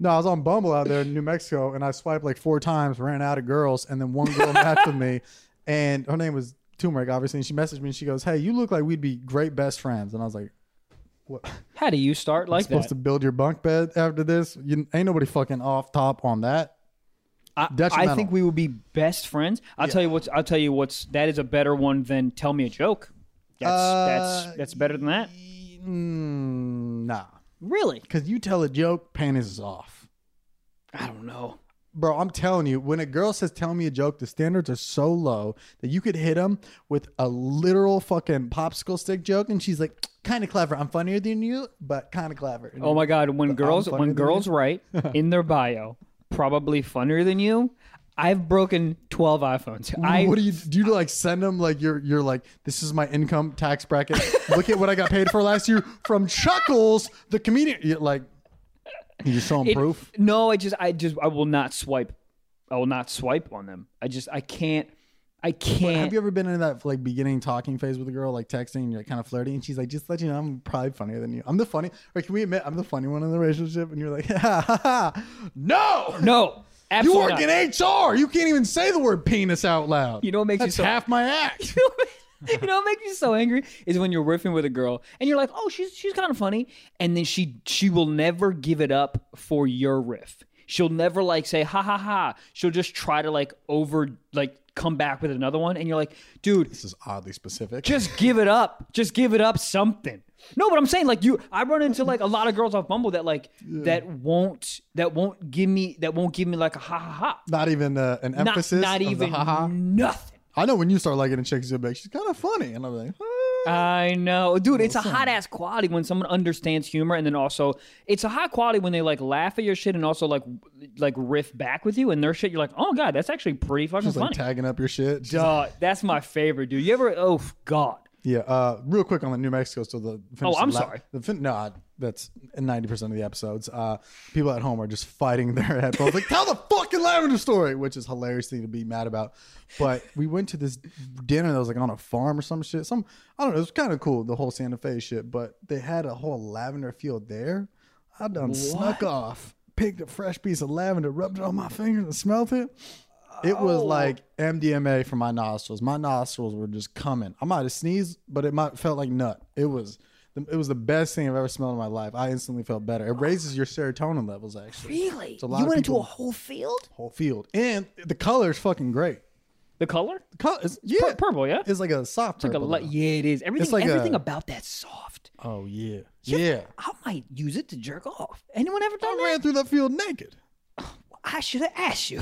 [SPEAKER 1] no, I was on Bumble out there in New Mexico, and I swiped like four times, ran out of girls, and then one girl matched with me, and her name was Turmeric, obviously. And she messaged me, and she goes, "Hey, you look like we'd be great best friends." And I was like,
[SPEAKER 2] How do you start like
[SPEAKER 1] "Supposed
[SPEAKER 2] that?
[SPEAKER 1] to build your bunk bed after this? You, ain't nobody fucking off top on that."
[SPEAKER 2] I, I
[SPEAKER 1] detrimental.
[SPEAKER 2] think we would be best friends. I'll tell you what's. I'll tell you what's. That is a better one than tell me a joke. That's
[SPEAKER 1] Uh,
[SPEAKER 2] that's that's better than that.
[SPEAKER 1] Mm, Mm, nah,
[SPEAKER 2] Really?
[SPEAKER 1] because you tell a joke, panties is off,
[SPEAKER 2] I don't know.
[SPEAKER 1] bro. I'm telling you, when a girl says "tell me a joke," the standards are so low that you could hit them with a literal fucking popsicle stick joke, and she's like, "Kind of clever. I'm funnier than you, but kind of clever."
[SPEAKER 2] Oh my god, when girls
[SPEAKER 1] funnier
[SPEAKER 2] when
[SPEAKER 1] than
[SPEAKER 2] girls write in their bio, probably funnier than you. I've broken twelve iPhones. I
[SPEAKER 1] what do you do? You like send them like you're you're like this is my income tax bracket. Look at what I got paid for last year from Chuckles, the comedian. You're like you just show them
[SPEAKER 2] it-
[SPEAKER 1] proof.
[SPEAKER 2] No, I just I just I will not swipe. I will not swipe on them. I just I can't. I can't.
[SPEAKER 1] Have you ever been in that like beginning talking phase with a girl, like texting, and you're kind of flirty, and she's like, "Just let you know, I'm probably funnier than you. I'm the funny. Or can we admit I'm the funny one in the relationship?" And you're like, "Ha ha ha! No,
[SPEAKER 2] no,
[SPEAKER 1] you
[SPEAKER 2] absolutely.
[SPEAKER 1] work
[SPEAKER 2] not.
[SPEAKER 1] in HR. You can't even say the word penis out loud.
[SPEAKER 2] You know what makes you
[SPEAKER 1] That's
[SPEAKER 2] so-
[SPEAKER 1] half my act."
[SPEAKER 2] you know what makes me so angry is when you're riffing with a girl and you're like, oh, she's she's kind of funny, and then she she will never give it up for your riff. She'll never like say ha ha ha. She'll just try to like over like come back with another one, and you're like, dude,
[SPEAKER 1] this is oddly specific.
[SPEAKER 2] just give it up. Just give it up something. No, but I'm saying like you I run into like a lot of girls off Bumble that like that won't that won't give me that won't give me like a ha ha ha.
[SPEAKER 1] not even uh, an
[SPEAKER 2] Not,
[SPEAKER 1] emphasis.
[SPEAKER 2] not
[SPEAKER 1] of the
[SPEAKER 2] even
[SPEAKER 1] ha ha.
[SPEAKER 2] nothing.
[SPEAKER 1] I know when you start liking a chick, you'll be like, she's kind of funny. And I'm like, "Ah."
[SPEAKER 2] I know. Dude, it's a hot ass quality when someone understands humor and then also it's a hot quality when they like laugh at your shit and also like like riff back with you and their shit you're like, "Oh god, that's actually pretty fucking
[SPEAKER 1] she's like
[SPEAKER 2] funny."
[SPEAKER 1] tagging up your shit. She's like-
[SPEAKER 2] Duh, that's my favorite, dude. You ever oh god.
[SPEAKER 1] yeah. Uh, real quick on the New Mexico. So the finish
[SPEAKER 2] Oh, I'm
[SPEAKER 1] the la-
[SPEAKER 2] sorry.
[SPEAKER 1] The fin- no, I- that's 90% of the episodes. Uh, people at home are just fighting their headphones. like, tell the fucking lavender story, which is hilarious thing to be mad about. But we went to this dinner that was like on a farm or some shit. Some I don't know. It was kind of cool the whole Santa Fe shit. But they had a whole lavender field there. I done snuck off, picked a fresh piece of lavender, rubbed it on my fingers, and smelled it. It
[SPEAKER 2] Oh.
[SPEAKER 1] was like MDMA for my nostrils. My nostrils were just coming. I might have sneezed, but it might felt like nut. It was, the, it was the best thing I've ever smelled in my life. I instantly felt better. It raises your serotonin levels actually.
[SPEAKER 4] Really?
[SPEAKER 1] a lot of people-
[SPEAKER 4] whole field?
[SPEAKER 1] Whole field and the color is fucking great.
[SPEAKER 2] The color?
[SPEAKER 1] The color, is, yeah,
[SPEAKER 2] Pur- purple, yeah?
[SPEAKER 1] It's like a soft
[SPEAKER 2] Like a
[SPEAKER 1] purple.
[SPEAKER 2] li-
[SPEAKER 1] though.
[SPEAKER 2] yeah, it is. Everything,
[SPEAKER 1] like a-
[SPEAKER 2] everything about that's soft.
[SPEAKER 1] Oh yeah, yeah.
[SPEAKER 2] I might use it to jerk off. Anyone ever done
[SPEAKER 1] I
[SPEAKER 2] that?
[SPEAKER 1] ran through that field naked.
[SPEAKER 2] I should have asked you.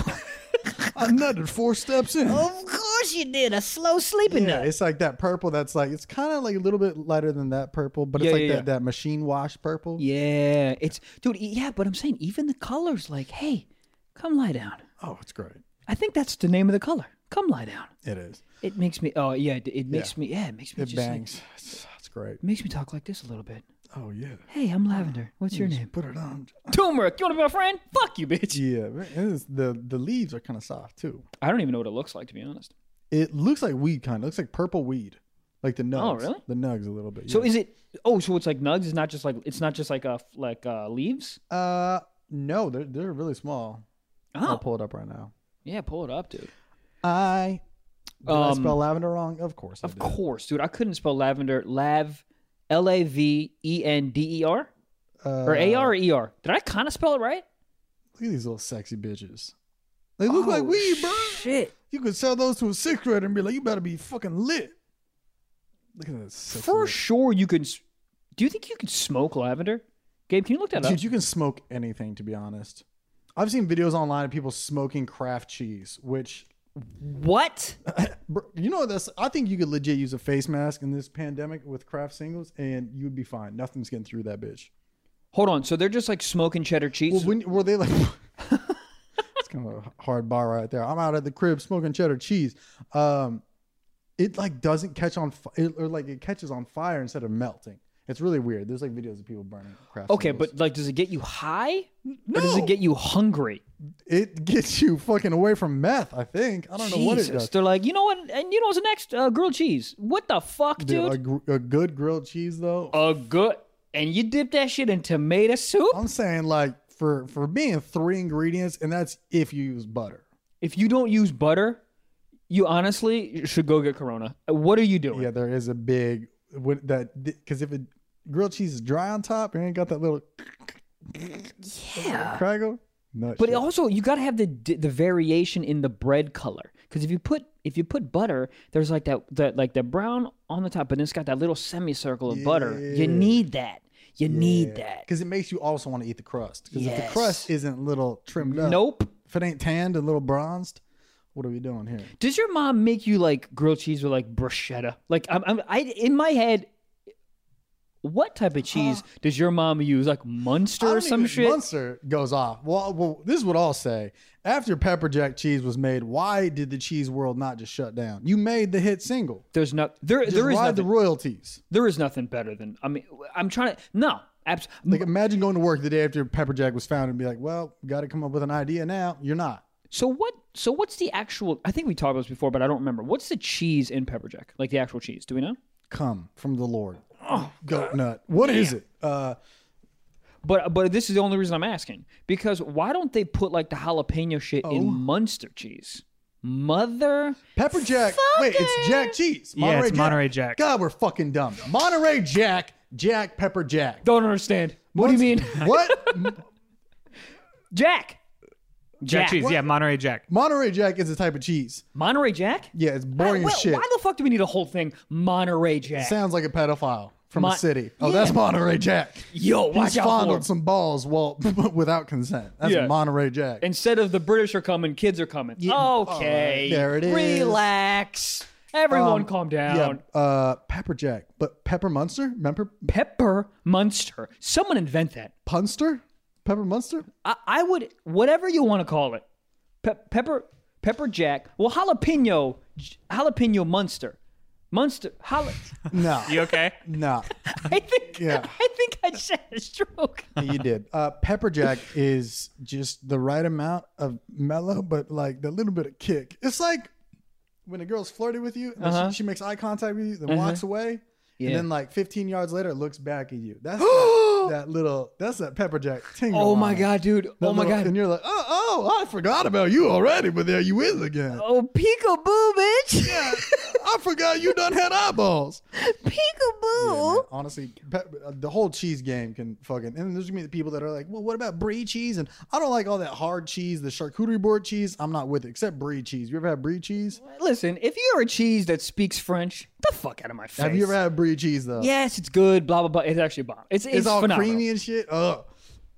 [SPEAKER 1] I nutted four steps in.
[SPEAKER 2] Oh,
[SPEAKER 4] Of course you did. A slow sleeping
[SPEAKER 1] Yeah,
[SPEAKER 4] nut.
[SPEAKER 1] it's like that purple that's like it's kind of like a little bit lighter than that purple, but it's
[SPEAKER 2] Yeah,
[SPEAKER 1] like
[SPEAKER 2] yeah,
[SPEAKER 1] that,
[SPEAKER 2] yeah.
[SPEAKER 1] that machine wash purple.
[SPEAKER 2] yeah, it's dude. e- Yeah, but I'm saying even the colors, like, hey, come lie down.
[SPEAKER 1] Oh, it's great.
[SPEAKER 2] I think that's the name of the color. Come lie down.
[SPEAKER 1] It is.
[SPEAKER 2] It makes me. Oh yeah, it, it makes me. Yeah, it makes me
[SPEAKER 1] It
[SPEAKER 2] just like,
[SPEAKER 1] bangs. It's, it's great.
[SPEAKER 2] makes me talk like this a little bit.
[SPEAKER 1] Oh yeah.
[SPEAKER 2] Hey, I'm Lavender. What's your name?
[SPEAKER 1] Put it on.
[SPEAKER 2] Turmeric. You want to be my friend? Fuck you, bitch.
[SPEAKER 1] Yeah, man, it is- the the leaves are kind of soft too.
[SPEAKER 2] I don't even know what it looks like to be honest.
[SPEAKER 1] It looks like weed kind of looks like purple weed, like the nugs.
[SPEAKER 2] Oh, really?
[SPEAKER 1] The nugs a little bit.
[SPEAKER 2] So
[SPEAKER 1] yeah.
[SPEAKER 2] is it? Oh, so it's like nugs. It's not just like it's not just like uh f- like uh leaves.
[SPEAKER 1] uh no, they're they're really small. I'll
[SPEAKER 2] Oh,
[SPEAKER 1] pull it up right now.
[SPEAKER 2] yeah. Pull it up, dude.
[SPEAKER 1] I did I
[SPEAKER 2] Um,
[SPEAKER 1] spell lavender wrong? Of course. I
[SPEAKER 2] Of
[SPEAKER 1] did.
[SPEAKER 2] course, dude. I couldn't spell lavender. Lav, L A V E N D E R
[SPEAKER 1] Uh,
[SPEAKER 2] or A R or E R. Did I kind of spell it right?
[SPEAKER 1] Look at these little sexy bitches. They look like weed, bro.
[SPEAKER 2] Oh, Shit.
[SPEAKER 1] You could sell those to a sixth grader and be like, "You better be fucking lit." Look at this. sexy
[SPEAKER 2] For
[SPEAKER 1] little-
[SPEAKER 2] sure, you can. s- Do you think you can smoke lavender? Gabe, can you look that up?
[SPEAKER 1] Dude, you can smoke anything, to be honest. I've seen videos online of people smoking craft cheese, which,
[SPEAKER 2] What?
[SPEAKER 1] br- you know, that's, I think you could legit use a face mask in this pandemic with craft singles and you'd be fine. Nothing's getting through that bitch.
[SPEAKER 2] Hold on. So they're just like smoking cheddar cheese.
[SPEAKER 1] Well, when, were they like, it's kind of a hard bar right there. I'm out at the crib smoking cheddar cheese. Um, it like doesn't catch on, fi- it, or like it catches on fire instead of melting. It's really weird. There's like videos of people burning craft
[SPEAKER 2] okay,
[SPEAKER 1] singles.
[SPEAKER 2] but like, does it get you high? Or does it get you hungry?
[SPEAKER 1] it gets you fucking away from meth, I think. I don't know what it does.
[SPEAKER 2] They're like, you know what? And you know what's next? Uh, grilled cheese. What the fuck, dude?
[SPEAKER 1] Dude, Oh. a, gr- a good grilled cheese though.
[SPEAKER 2] a good. And you dip that shit in tomato soup.
[SPEAKER 1] I'm saying like for for being three ingredients, and that's if you use butter.
[SPEAKER 2] if you don't use butter, you honestly should go get Corona. What are you doing?
[SPEAKER 1] Yeah, there is a big what that because if it grilled cheese is dry on top, and ain't got that little yeah craggle. No,
[SPEAKER 2] But
[SPEAKER 1] shit.
[SPEAKER 2] also, you got to have the the variation in the bread color. Because if you put if you put butter, there's like that that like the brown on the top, but then it's got that little semicircle of butter. You
[SPEAKER 1] Yeah.
[SPEAKER 2] need that. You need that.
[SPEAKER 1] because it makes you also want to eat the crust. Because if
[SPEAKER 2] Yes.
[SPEAKER 1] the crust isn't little trimmed up,
[SPEAKER 2] Nope.
[SPEAKER 1] If it ain't tanned and a little bronzed, what are we doing here?
[SPEAKER 2] Does your mom make you like grilled cheese with like bruschetta? Like I'm, I'm I in my head. What type of cheese does your mom use? Like Munster
[SPEAKER 1] Uh, I
[SPEAKER 2] or
[SPEAKER 1] don't
[SPEAKER 2] some
[SPEAKER 1] even-
[SPEAKER 2] shit?
[SPEAKER 1] Munster goes off. Well, well, this is what I'll say. After pepper jack cheese was made, why did the cheese world not just shut down? You made the hit single.
[SPEAKER 2] There's not there
[SPEAKER 1] Just
[SPEAKER 2] there is
[SPEAKER 1] ride the
[SPEAKER 2] nothing,
[SPEAKER 1] royalties.
[SPEAKER 2] there is nothing better than I mean I'm trying to no abs-
[SPEAKER 1] Like imagine going to work the day after pepper jack was found and be like, "Well, got to come up with an idea now." You're not.
[SPEAKER 2] so what so what's the actual I think we talked about this before but I don't remember what's the cheese in pepper jack like the actual cheese do we know
[SPEAKER 1] Come from the Lord. Oh, goat nut. What is it? Uh,
[SPEAKER 2] but but this is the only reason I'm asking because why don't they put like the jalapeno shit
[SPEAKER 1] Oh.
[SPEAKER 2] in Munster cheese mother
[SPEAKER 1] Pepper Jack. Wait, it's Jack cheese.
[SPEAKER 3] Yeah, it's Monterey Jack.
[SPEAKER 1] God, we're fucking dumb. Monterey Jack, Jack Pepper Jack.
[SPEAKER 2] don't understand what do you mean
[SPEAKER 1] what?
[SPEAKER 2] Jack Jack
[SPEAKER 3] Jack, cheese. Yeah, Monterey Jack.
[SPEAKER 1] Monterey Jack is a type of cheese.
[SPEAKER 2] Monterey Jack
[SPEAKER 1] Yeah, it's boring
[SPEAKER 2] Well,
[SPEAKER 1] as shit.
[SPEAKER 2] why the fuck do we need a whole thing Monterey Jack
[SPEAKER 1] Sounds like a pedophile from
[SPEAKER 2] Mon-
[SPEAKER 1] a city. Oh,
[SPEAKER 2] Yeah.
[SPEAKER 1] that's Monterey Jack.
[SPEAKER 2] yo watch
[SPEAKER 1] He's
[SPEAKER 2] out for him.
[SPEAKER 1] fondled some balls while without consent. That's
[SPEAKER 2] Yeah.
[SPEAKER 1] Monterey Jack.
[SPEAKER 2] Instead of the British are coming, kids are coming. Okay.
[SPEAKER 1] Alright, there it is.
[SPEAKER 2] Relax. Everyone
[SPEAKER 1] Um,
[SPEAKER 2] calm
[SPEAKER 1] yeah,
[SPEAKER 2] down.
[SPEAKER 1] uh, Pepper Jack, but Pepper Munster. Remember
[SPEAKER 2] Pepper Munster. Someone invent that.
[SPEAKER 1] Punster? Pepper Munster?
[SPEAKER 2] I, I would, whatever you want to call it. Pe- pepper, Pepper Jack. Well, jalapeno, j- jalapeno Munster. Munster, jala-
[SPEAKER 1] No,
[SPEAKER 3] You okay?
[SPEAKER 1] no.
[SPEAKER 2] I think,
[SPEAKER 1] Yeah.
[SPEAKER 2] I think I just had a stroke.
[SPEAKER 1] you did. Uh, pepper jack is just the right amount of mellow, but like the little bit of kick. It's like when a girl's flirty with you, and then she, she makes eye contact with you, then walks away,
[SPEAKER 2] Uh-huh. Mm-hmm. Yeah.
[SPEAKER 1] and then like 15 yards later, looks back at you. That's that, that little. That's that pepper jack tingle.
[SPEAKER 2] Oh my
[SPEAKER 1] line.
[SPEAKER 2] god, dude.
[SPEAKER 1] That
[SPEAKER 2] Oh my
[SPEAKER 1] little-
[SPEAKER 2] god.
[SPEAKER 1] And you're like, oh, oh, I forgot about you already, but there you is again.
[SPEAKER 2] Oh, peekaboo, bitch.
[SPEAKER 1] I forgot you done had eyeballs. Yeah,
[SPEAKER 4] Peekaboo.
[SPEAKER 1] man. honestly, pe- uh, the whole cheese game can fucking. And there's gonna be the people that are like, well, what about brie cheese? And I don't like all that hard cheese, the charcuterie board cheese. I'm not with it, except brie cheese. You ever had brie cheese?
[SPEAKER 2] Listen, if you're a cheese that speaks French, get the fuck out of my face.
[SPEAKER 1] Have you ever had brie cheese though?
[SPEAKER 2] yes, it's good, blah blah blah. It's actually bomb. It's it's,
[SPEAKER 1] it's, all
[SPEAKER 2] phenomenal.
[SPEAKER 1] creamy and shit. Ugh.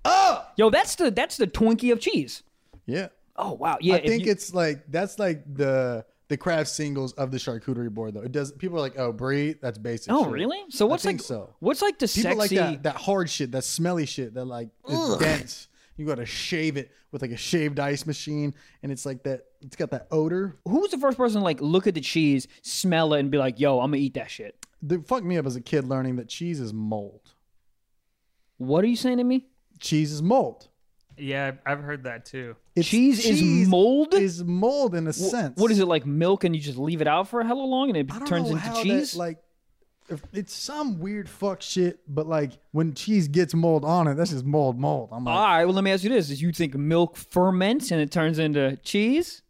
[SPEAKER 1] Ugh.
[SPEAKER 2] Yo, that's the that's the Twinkie of cheese.
[SPEAKER 1] Yeah.
[SPEAKER 2] Oh wow, yeah.
[SPEAKER 1] I think it's like that's like the the craft singles of the charcuterie board though. It does. People are like, oh, brie, that's basic.
[SPEAKER 2] Oh
[SPEAKER 1] shit.
[SPEAKER 2] really? So what's
[SPEAKER 1] think
[SPEAKER 2] like
[SPEAKER 1] so.
[SPEAKER 2] what's like the
[SPEAKER 1] People
[SPEAKER 2] sexy?
[SPEAKER 1] like that that hard shit, that smelly shit, that like is dense. You got to shave it with like a shaved ice machine, and it's like that. It's got that odor.
[SPEAKER 2] Who was the first person to like look at the cheese, smell it, and be like, "Yo, I'm gonna eat that shit."
[SPEAKER 1] That fucked me up as a kid learning that cheese is mold.
[SPEAKER 2] What are you saying to me?
[SPEAKER 1] Cheese is mold.
[SPEAKER 3] Yeah, I've- I've heard that too.
[SPEAKER 1] It's-
[SPEAKER 2] Cheese is mold?
[SPEAKER 1] Is mold in a
[SPEAKER 2] Wh-
[SPEAKER 1] sense?
[SPEAKER 2] What is it like milk, and you just leave it out for hella long, and it
[SPEAKER 1] I don't
[SPEAKER 2] turns
[SPEAKER 1] know
[SPEAKER 2] into
[SPEAKER 1] how that,
[SPEAKER 2] cheese?
[SPEAKER 1] like, if- it's some weird fuck shit. But like when cheese gets mold on it, that's just mold. Mold. I'm like,
[SPEAKER 2] All right. Well, let me ask you this: Is you think milk ferments and it turns into cheese?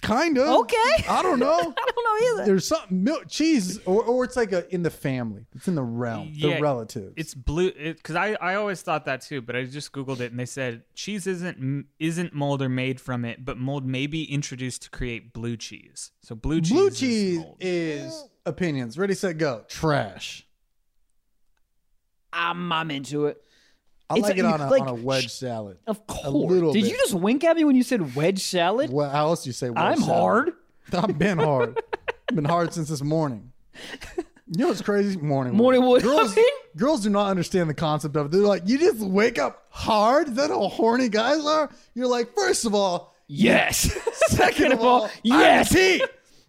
[SPEAKER 1] kind of.
[SPEAKER 2] Ah. Okay.
[SPEAKER 1] I don't know.
[SPEAKER 2] I don't know either.
[SPEAKER 1] There's something milk cheese, or, or it's like a in the family. It's in the realm.
[SPEAKER 3] Yeah,
[SPEAKER 1] the relatives.
[SPEAKER 3] It's blue because I, I always thought that too, but I just googled it and they said cheese isn't m- isn't mold or made from it, but mold may be introduced to create blue cheese. So blue cheese,
[SPEAKER 1] Blue
[SPEAKER 3] is
[SPEAKER 1] cheese
[SPEAKER 3] mold.
[SPEAKER 1] is opinions. Ready, set, go. Trash.
[SPEAKER 2] I'm, I'm into it.
[SPEAKER 1] I
[SPEAKER 2] It's
[SPEAKER 1] like
[SPEAKER 2] a-
[SPEAKER 1] it on a,
[SPEAKER 2] like,
[SPEAKER 1] on a wedge salad.
[SPEAKER 2] Of course.
[SPEAKER 1] little
[SPEAKER 2] Did
[SPEAKER 1] bit.
[SPEAKER 2] you just wink at me when you said wedge salad?
[SPEAKER 1] Well, how else do you say? Wedge
[SPEAKER 2] I'm
[SPEAKER 1] salad?
[SPEAKER 2] hard.
[SPEAKER 1] I've been hard. been hard since this morning. You know what's crazy? Morning.
[SPEAKER 2] Morning
[SPEAKER 1] wood.
[SPEAKER 2] wood.
[SPEAKER 1] Girls, girls do not understand the concept of it. They're like, you just wake up hard. Is that how horny guys are? You're like, first of all,
[SPEAKER 2] Yes.
[SPEAKER 1] second of all,
[SPEAKER 2] yes.
[SPEAKER 1] I'm pee.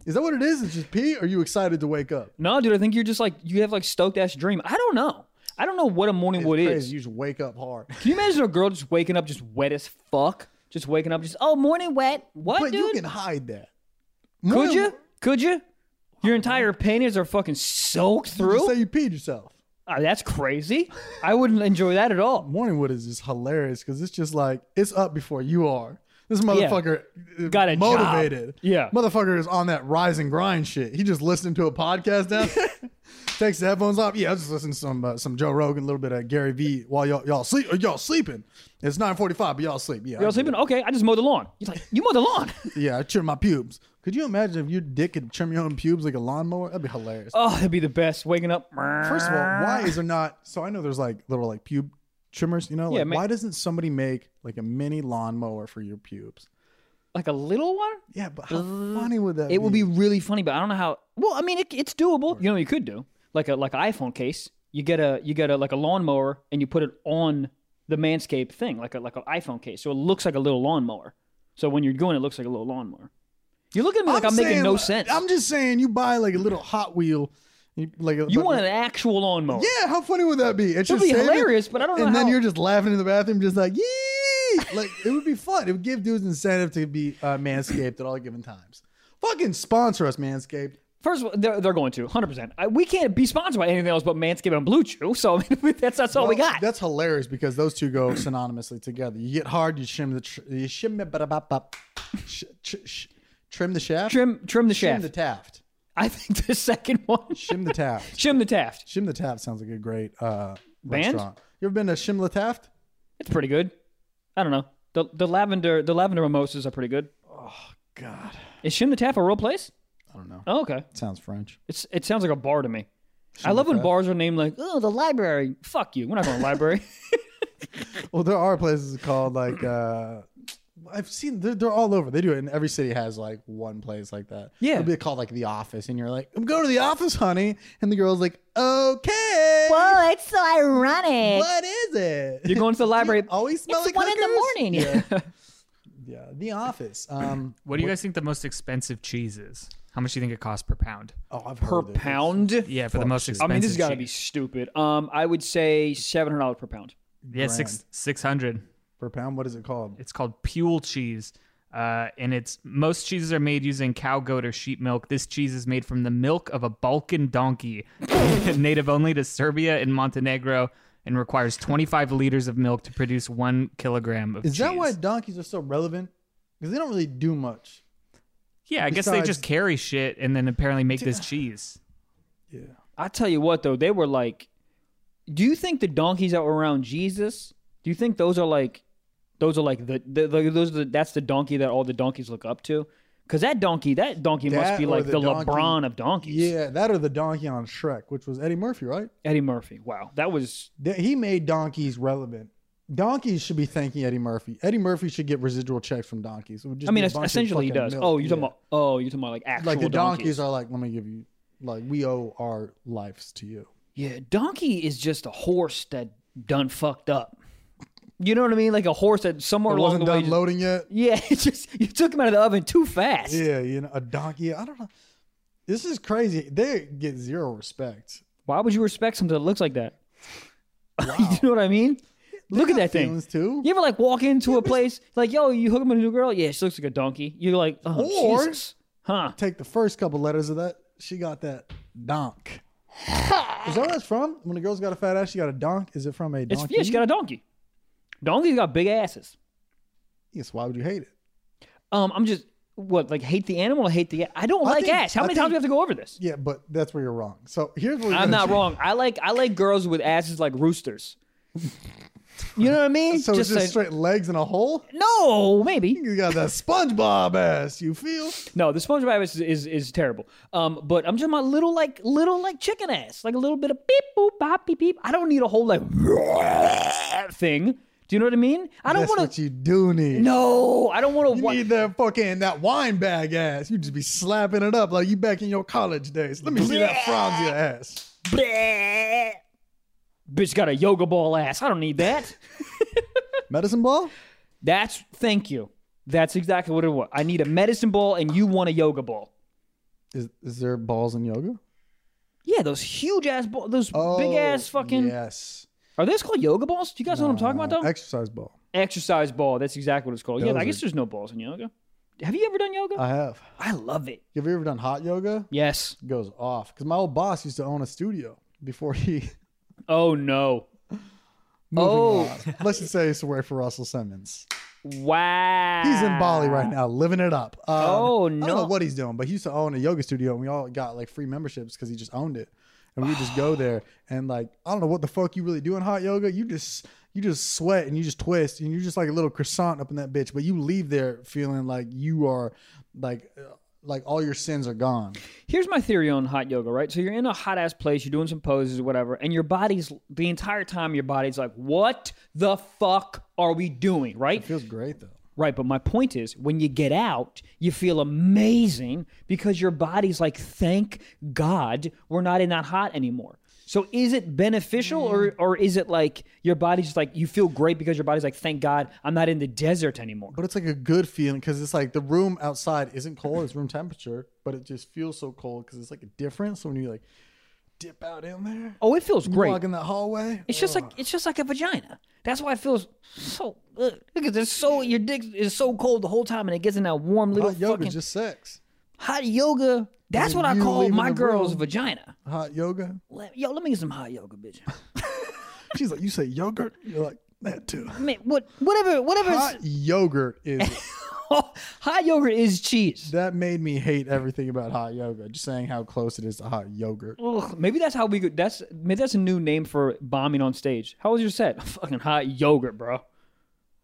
[SPEAKER 1] Is that what it is? It's just pee? Or are you excited to wake up?
[SPEAKER 2] No, dude, I think you're just like you have like stoked ass dream. I don't know. I don't know what a morning wood
[SPEAKER 1] It's
[SPEAKER 2] is.
[SPEAKER 1] crazy. You just wake up hard.
[SPEAKER 2] Can you imagine a girl just waking up just wet as fuck? Just waking up just oh morning wet. What
[SPEAKER 1] But you
[SPEAKER 2] dude?
[SPEAKER 1] can hide that.
[SPEAKER 2] Could
[SPEAKER 1] Morning-
[SPEAKER 2] you? Could you? Your entire panties are fucking soaked
[SPEAKER 1] You
[SPEAKER 2] through.
[SPEAKER 1] say you peed yourself.
[SPEAKER 2] Ah, that's crazy. I wouldn't enjoy that at all.
[SPEAKER 1] Morning wood is just hilarious because it's just like it's up before you are. This motherfucker is
[SPEAKER 2] Got a job.
[SPEAKER 1] motivated.
[SPEAKER 2] Yeah.
[SPEAKER 1] motherfucker is on that rise and grind shit. He just listened to a podcast now. Takes the headphones off. Yeah, I was just listening to some uh, some Joe Rogan, a little bit of Gary Vee while y'all y'all sleep uh, y'all sleeping. It's nine forty five, but y'all sleep. Yeah, I
[SPEAKER 2] Y'all
[SPEAKER 1] get it.
[SPEAKER 2] sleeping? Okay, I just mowed the lawn. You're like, you mowed the lawn.
[SPEAKER 1] Yeah, I trim my pubes. Could you imagine if your dick could trim your own pubes like a lawnmower? That'd be hilarious.
[SPEAKER 2] oh, that'd be the best. Waking up.
[SPEAKER 1] First of all, why is there not? So I know there's like little like pube trimmers. You know, like
[SPEAKER 2] Ah. Yeah, ma-
[SPEAKER 1] why doesn't somebody make like a mini lawnmower for your pubes?
[SPEAKER 2] like a little one?
[SPEAKER 1] Yeah, but how funny would that?
[SPEAKER 2] It would be really funny, but I don't know how. Well, I mean, it, it's doable. You know, what you could do like a like an iPhone case. You get a you get a like a lawnmower and you put it on the Manscaped thing, like a like an iPhone case, so it looks like a little lawnmower. So when you're going, it looks like a little lawnmower. You look at me like I'm, making
[SPEAKER 1] saying,
[SPEAKER 2] no
[SPEAKER 1] like,
[SPEAKER 2] sense.
[SPEAKER 1] I'm just saying, you buy like a little Hot Wheel, you- like a,
[SPEAKER 2] you
[SPEAKER 1] but-
[SPEAKER 2] want an actual lawnmower?
[SPEAKER 1] Yeah, how funny would that be? It's
[SPEAKER 2] It'd
[SPEAKER 1] just
[SPEAKER 2] be
[SPEAKER 1] saving-
[SPEAKER 2] hilarious, but I don't know
[SPEAKER 1] And then
[SPEAKER 2] how-
[SPEAKER 1] you're just laughing in the bathroom, just like yee! Like it would be fun. It would give dudes incentive to be uh, manscaped at all given times. Fucking sponsor us, manscaped.
[SPEAKER 2] First of all, they're, they're going to 100. percent We can't be sponsored by anything else but Manscaped and Blue Chew, so I mean, that's that's all we
[SPEAKER 1] Well,
[SPEAKER 2] got.
[SPEAKER 1] That's hilarious because those two go synonymously together. You get hard, you trim the tr- you shim the ba-da-ba-ba. sh- sh- sh- trim the shaft,
[SPEAKER 2] trim trim the shaft.
[SPEAKER 1] the taft,
[SPEAKER 2] I think the second one.
[SPEAKER 1] shim the taft,
[SPEAKER 2] Shim the Taft.
[SPEAKER 1] shim the taft sounds like a great uh,
[SPEAKER 2] Band?
[SPEAKER 1] restaurant. You ever been to Shim the Taft?
[SPEAKER 2] It's pretty good. I don't know. The the lavender the lavender mimosas are pretty good.
[SPEAKER 1] God,
[SPEAKER 2] Is Shim the Taff a real place?
[SPEAKER 1] I don't know.
[SPEAKER 2] Oh, okay.
[SPEAKER 1] sounds French.
[SPEAKER 2] It's it sounds like a bar to me. I love when bars are named like, oh, the library. Fuck you. We're not going to the library.
[SPEAKER 1] Well, there are places called like uh I've seen they're, they're all over. They do it, and every city has like one place like that.
[SPEAKER 2] Yeah.
[SPEAKER 1] it'll be called like the office, and you're like, "I'm going to the office, honey," and the girl's like, "Okay,
[SPEAKER 4] Whoa, it's so ironic.
[SPEAKER 1] what is it?"
[SPEAKER 2] You're going to the library.
[SPEAKER 1] You always smell like
[SPEAKER 4] It's one in the
[SPEAKER 1] hookers?
[SPEAKER 4] morning.
[SPEAKER 1] Yeah, yeah. The office. Um,
[SPEAKER 3] What do you guys think the most expensive cheese is? How much do you think it costs per pound?
[SPEAKER 1] oh, I've
[SPEAKER 2] per
[SPEAKER 1] heard this.
[SPEAKER 2] pound.
[SPEAKER 3] Yeah, for the most
[SPEAKER 2] I
[SPEAKER 3] expensive.
[SPEAKER 2] mean, this has got to be
[SPEAKER 3] cheese.
[SPEAKER 2] stupid. Um, I would say seven hundred dollars per pound.
[SPEAKER 3] yeah six six hundred.
[SPEAKER 1] per pound. What is it called?
[SPEAKER 3] It's called Pule cheese. Uh, and it's most cheeses are made using cow, goat, or sheep milk. This cheese is made from the milk of a Balkan donkey, native only to Serbia and Montenegro, and requires 25 liters of milk to produce one kilogram of
[SPEAKER 1] Is
[SPEAKER 3] cheese.
[SPEAKER 1] that why donkeys are so relevant? Because they don't really do much.
[SPEAKER 3] Yeah, I guess they
[SPEAKER 1] Besides-
[SPEAKER 3] just carry shit and then apparently make this cheese.
[SPEAKER 1] Yeah,
[SPEAKER 2] I tell you what, though, they were like, do you think the donkeys that were around Jesus? Do you think those are like, those are like the, the, the those are the, that's the donkey that all the donkeys look up to? Because that donkey, that donkey
[SPEAKER 1] That
[SPEAKER 2] must be
[SPEAKER 1] or
[SPEAKER 2] like
[SPEAKER 1] the
[SPEAKER 2] the,
[SPEAKER 1] donkey-
[SPEAKER 2] LeBron of donkeys.
[SPEAKER 1] yeah. That or the donkey on Shrek, which was Eddie Murphy, right?
[SPEAKER 2] Eddie Murphy. Wow, that was
[SPEAKER 1] that he made donkeys relevant. Donkeys should be thanking Eddie Murphy. Eddie Murphy should get residual checks from donkeys. It would just
[SPEAKER 2] I mean,
[SPEAKER 1] be a
[SPEAKER 2] es-
[SPEAKER 1] bunch of
[SPEAKER 2] essentially he
[SPEAKER 1] fucking
[SPEAKER 2] does.
[SPEAKER 1] milk.
[SPEAKER 2] Oh, you're talking
[SPEAKER 1] Yeah.
[SPEAKER 2] about. Oh, you're talking about like actual
[SPEAKER 1] like the donkeys,
[SPEAKER 2] donkeys.
[SPEAKER 1] are like, let me give you, like we owe our lives to you.
[SPEAKER 2] yeah, donkey is just a horse that done fucked up. You know what I mean? Like a horse that somewhere
[SPEAKER 1] It
[SPEAKER 2] along
[SPEAKER 1] wasn't
[SPEAKER 2] the way.
[SPEAKER 1] done
[SPEAKER 2] just-
[SPEAKER 1] loading yet.
[SPEAKER 2] yeah, it's just you took him out of the oven too fast.
[SPEAKER 1] Yeah, you know, a donkey. I don't know. This is crazy. They get zero respect.
[SPEAKER 2] Why would you respect something that looks like that? you know what I mean? Look at
[SPEAKER 1] got
[SPEAKER 2] that thing.
[SPEAKER 1] feelings, too.
[SPEAKER 2] You ever like walk into a place like, yo, you hook up with a new girl? Yeah, she looks like a donkey. You're like, oh,
[SPEAKER 1] Or-
[SPEAKER 2] Jesus. huh?
[SPEAKER 1] Take the first couple letters of that. She got that donk. is that where that's from? When a girl's got a fat ass, she got a donk. Is it from a
[SPEAKER 2] It's
[SPEAKER 1] donkey?
[SPEAKER 2] yeah, she got a donkey. Donkeys got big asses.
[SPEAKER 1] yes. Why would you hate it?
[SPEAKER 2] Um, I'm just what like hate the animal, or hate the. I don't
[SPEAKER 1] I
[SPEAKER 2] like
[SPEAKER 1] think-
[SPEAKER 2] ass. How
[SPEAKER 1] I
[SPEAKER 2] many
[SPEAKER 1] think-
[SPEAKER 2] times do we have to go over this?
[SPEAKER 1] Yeah, but that's where you're wrong. So here's what we're
[SPEAKER 2] I'm
[SPEAKER 1] gonna
[SPEAKER 2] not
[SPEAKER 1] do.
[SPEAKER 2] wrong. I like I like girls with asses like roosters. You know what I mean?
[SPEAKER 1] So it's just
[SPEAKER 2] like-
[SPEAKER 1] straight legs in a hole.
[SPEAKER 2] no, maybe
[SPEAKER 1] You got that SpongeBob ass. You feel?
[SPEAKER 2] No, the SpongeBob is, is is terrible. Um, but I'm just my little like little like chicken ass, like a little bit of beep boop bop beep beep. I don't need a whole like thing. Do you know what I mean? I don't
[SPEAKER 1] That's
[SPEAKER 2] want
[SPEAKER 1] what
[SPEAKER 2] to.
[SPEAKER 1] you do need.
[SPEAKER 2] No, I don't want
[SPEAKER 1] You
[SPEAKER 2] to. Wa-
[SPEAKER 1] need that fucking that wine bag ass. You just be slapping it up like you back in your college days. Let me see that Franzia ass.
[SPEAKER 4] Bleh.
[SPEAKER 2] bitch got a yoga ball ass. I don't need that.
[SPEAKER 1] Medicine ball?
[SPEAKER 2] That's thank you. That's exactly what it was. I need a medicine ball, and you want a yoga ball.
[SPEAKER 1] Is is there balls in yoga?
[SPEAKER 2] Yeah, those huge ass ball, those big ass fucking.
[SPEAKER 1] Oh, yes.
[SPEAKER 2] Are those called yoga balls? Do you guys know what I'm talking about
[SPEAKER 1] Uh,
[SPEAKER 2] though?
[SPEAKER 1] exercise ball.
[SPEAKER 2] Exercise ball. That's exactly what it's called.
[SPEAKER 1] Those
[SPEAKER 2] yeah, I
[SPEAKER 1] are-
[SPEAKER 2] guess there's no balls in yoga. Have you ever done yoga?
[SPEAKER 1] I have.
[SPEAKER 2] I love it.
[SPEAKER 1] Have you ever done hot yoga?
[SPEAKER 2] Yes.
[SPEAKER 1] It goes off. Because my old boss used to own a studio before he.
[SPEAKER 2] Oh no.
[SPEAKER 1] Moving
[SPEAKER 2] Oh.
[SPEAKER 1] on. let's just say it's to work for Russell Simmons.
[SPEAKER 2] Wow.
[SPEAKER 1] He's in Bali right now, living it up. Um,
[SPEAKER 2] Oh,
[SPEAKER 1] I don't know
[SPEAKER 2] no.
[SPEAKER 1] what he's doing, but he used to own a yoga studio, and we all got like free memberships because he just owned it. and we just go there and like I don't know what the fuck you really do in hot yoga. You just you just sweat and you just twist and you're just like a little croissant up in that bitch. But you leave there feeling like you are like uh, like all your sins are gone.
[SPEAKER 2] Here's my theory on hot yoga, right? So you're in a hot ass place, you're doing some poses or whatever, and your body's the entire time your body's like, "What the fuck are we doing?" Right?
[SPEAKER 1] Feels great though.
[SPEAKER 2] Right, but my point is when you get out, you feel amazing because your body's like, "Thank God we're not in that hot anymore." So is it beneficial
[SPEAKER 1] Mm.
[SPEAKER 2] or or is it like your body's just like you feel great because your body's like, "Thank God I'm not in the desert anymore."
[SPEAKER 1] But it's like a good feeling because it's like the room outside isn't cold; it's room temperature, but it just feels so cold because it's like a difference. So when you like dip out in there,
[SPEAKER 2] Oh, it feels great.
[SPEAKER 1] walk in that hallway,
[SPEAKER 2] It's just like it's just like a vagina. That's why it feels so good because it's so your dick is so cold the whole time, and it gets in that warm little
[SPEAKER 1] hot yoga
[SPEAKER 2] fucking
[SPEAKER 1] is just sex.
[SPEAKER 2] hot yoga. That's
[SPEAKER 1] When
[SPEAKER 2] what I
[SPEAKER 1] you
[SPEAKER 2] call
[SPEAKER 1] leave in
[SPEAKER 2] my
[SPEAKER 1] the
[SPEAKER 2] girl's
[SPEAKER 1] room-
[SPEAKER 2] vagina.
[SPEAKER 1] Hot yoga.
[SPEAKER 2] Let- Yo, let me get some hot yoga, bitch.
[SPEAKER 1] She's like, you say yogurt, you're like that too.
[SPEAKER 2] Man, what whatever whatever
[SPEAKER 1] Hot
[SPEAKER 2] hot.
[SPEAKER 1] yogurt is
[SPEAKER 2] hot yogurt is cheese.
[SPEAKER 1] that made me hate everything about hot yoga. Just saying how close it is to hot yogurt.
[SPEAKER 2] Ugh, maybe that's how we could. That's maybe that's a new name for bombing on stage. How was your set? Fucking hot yogurt, bro.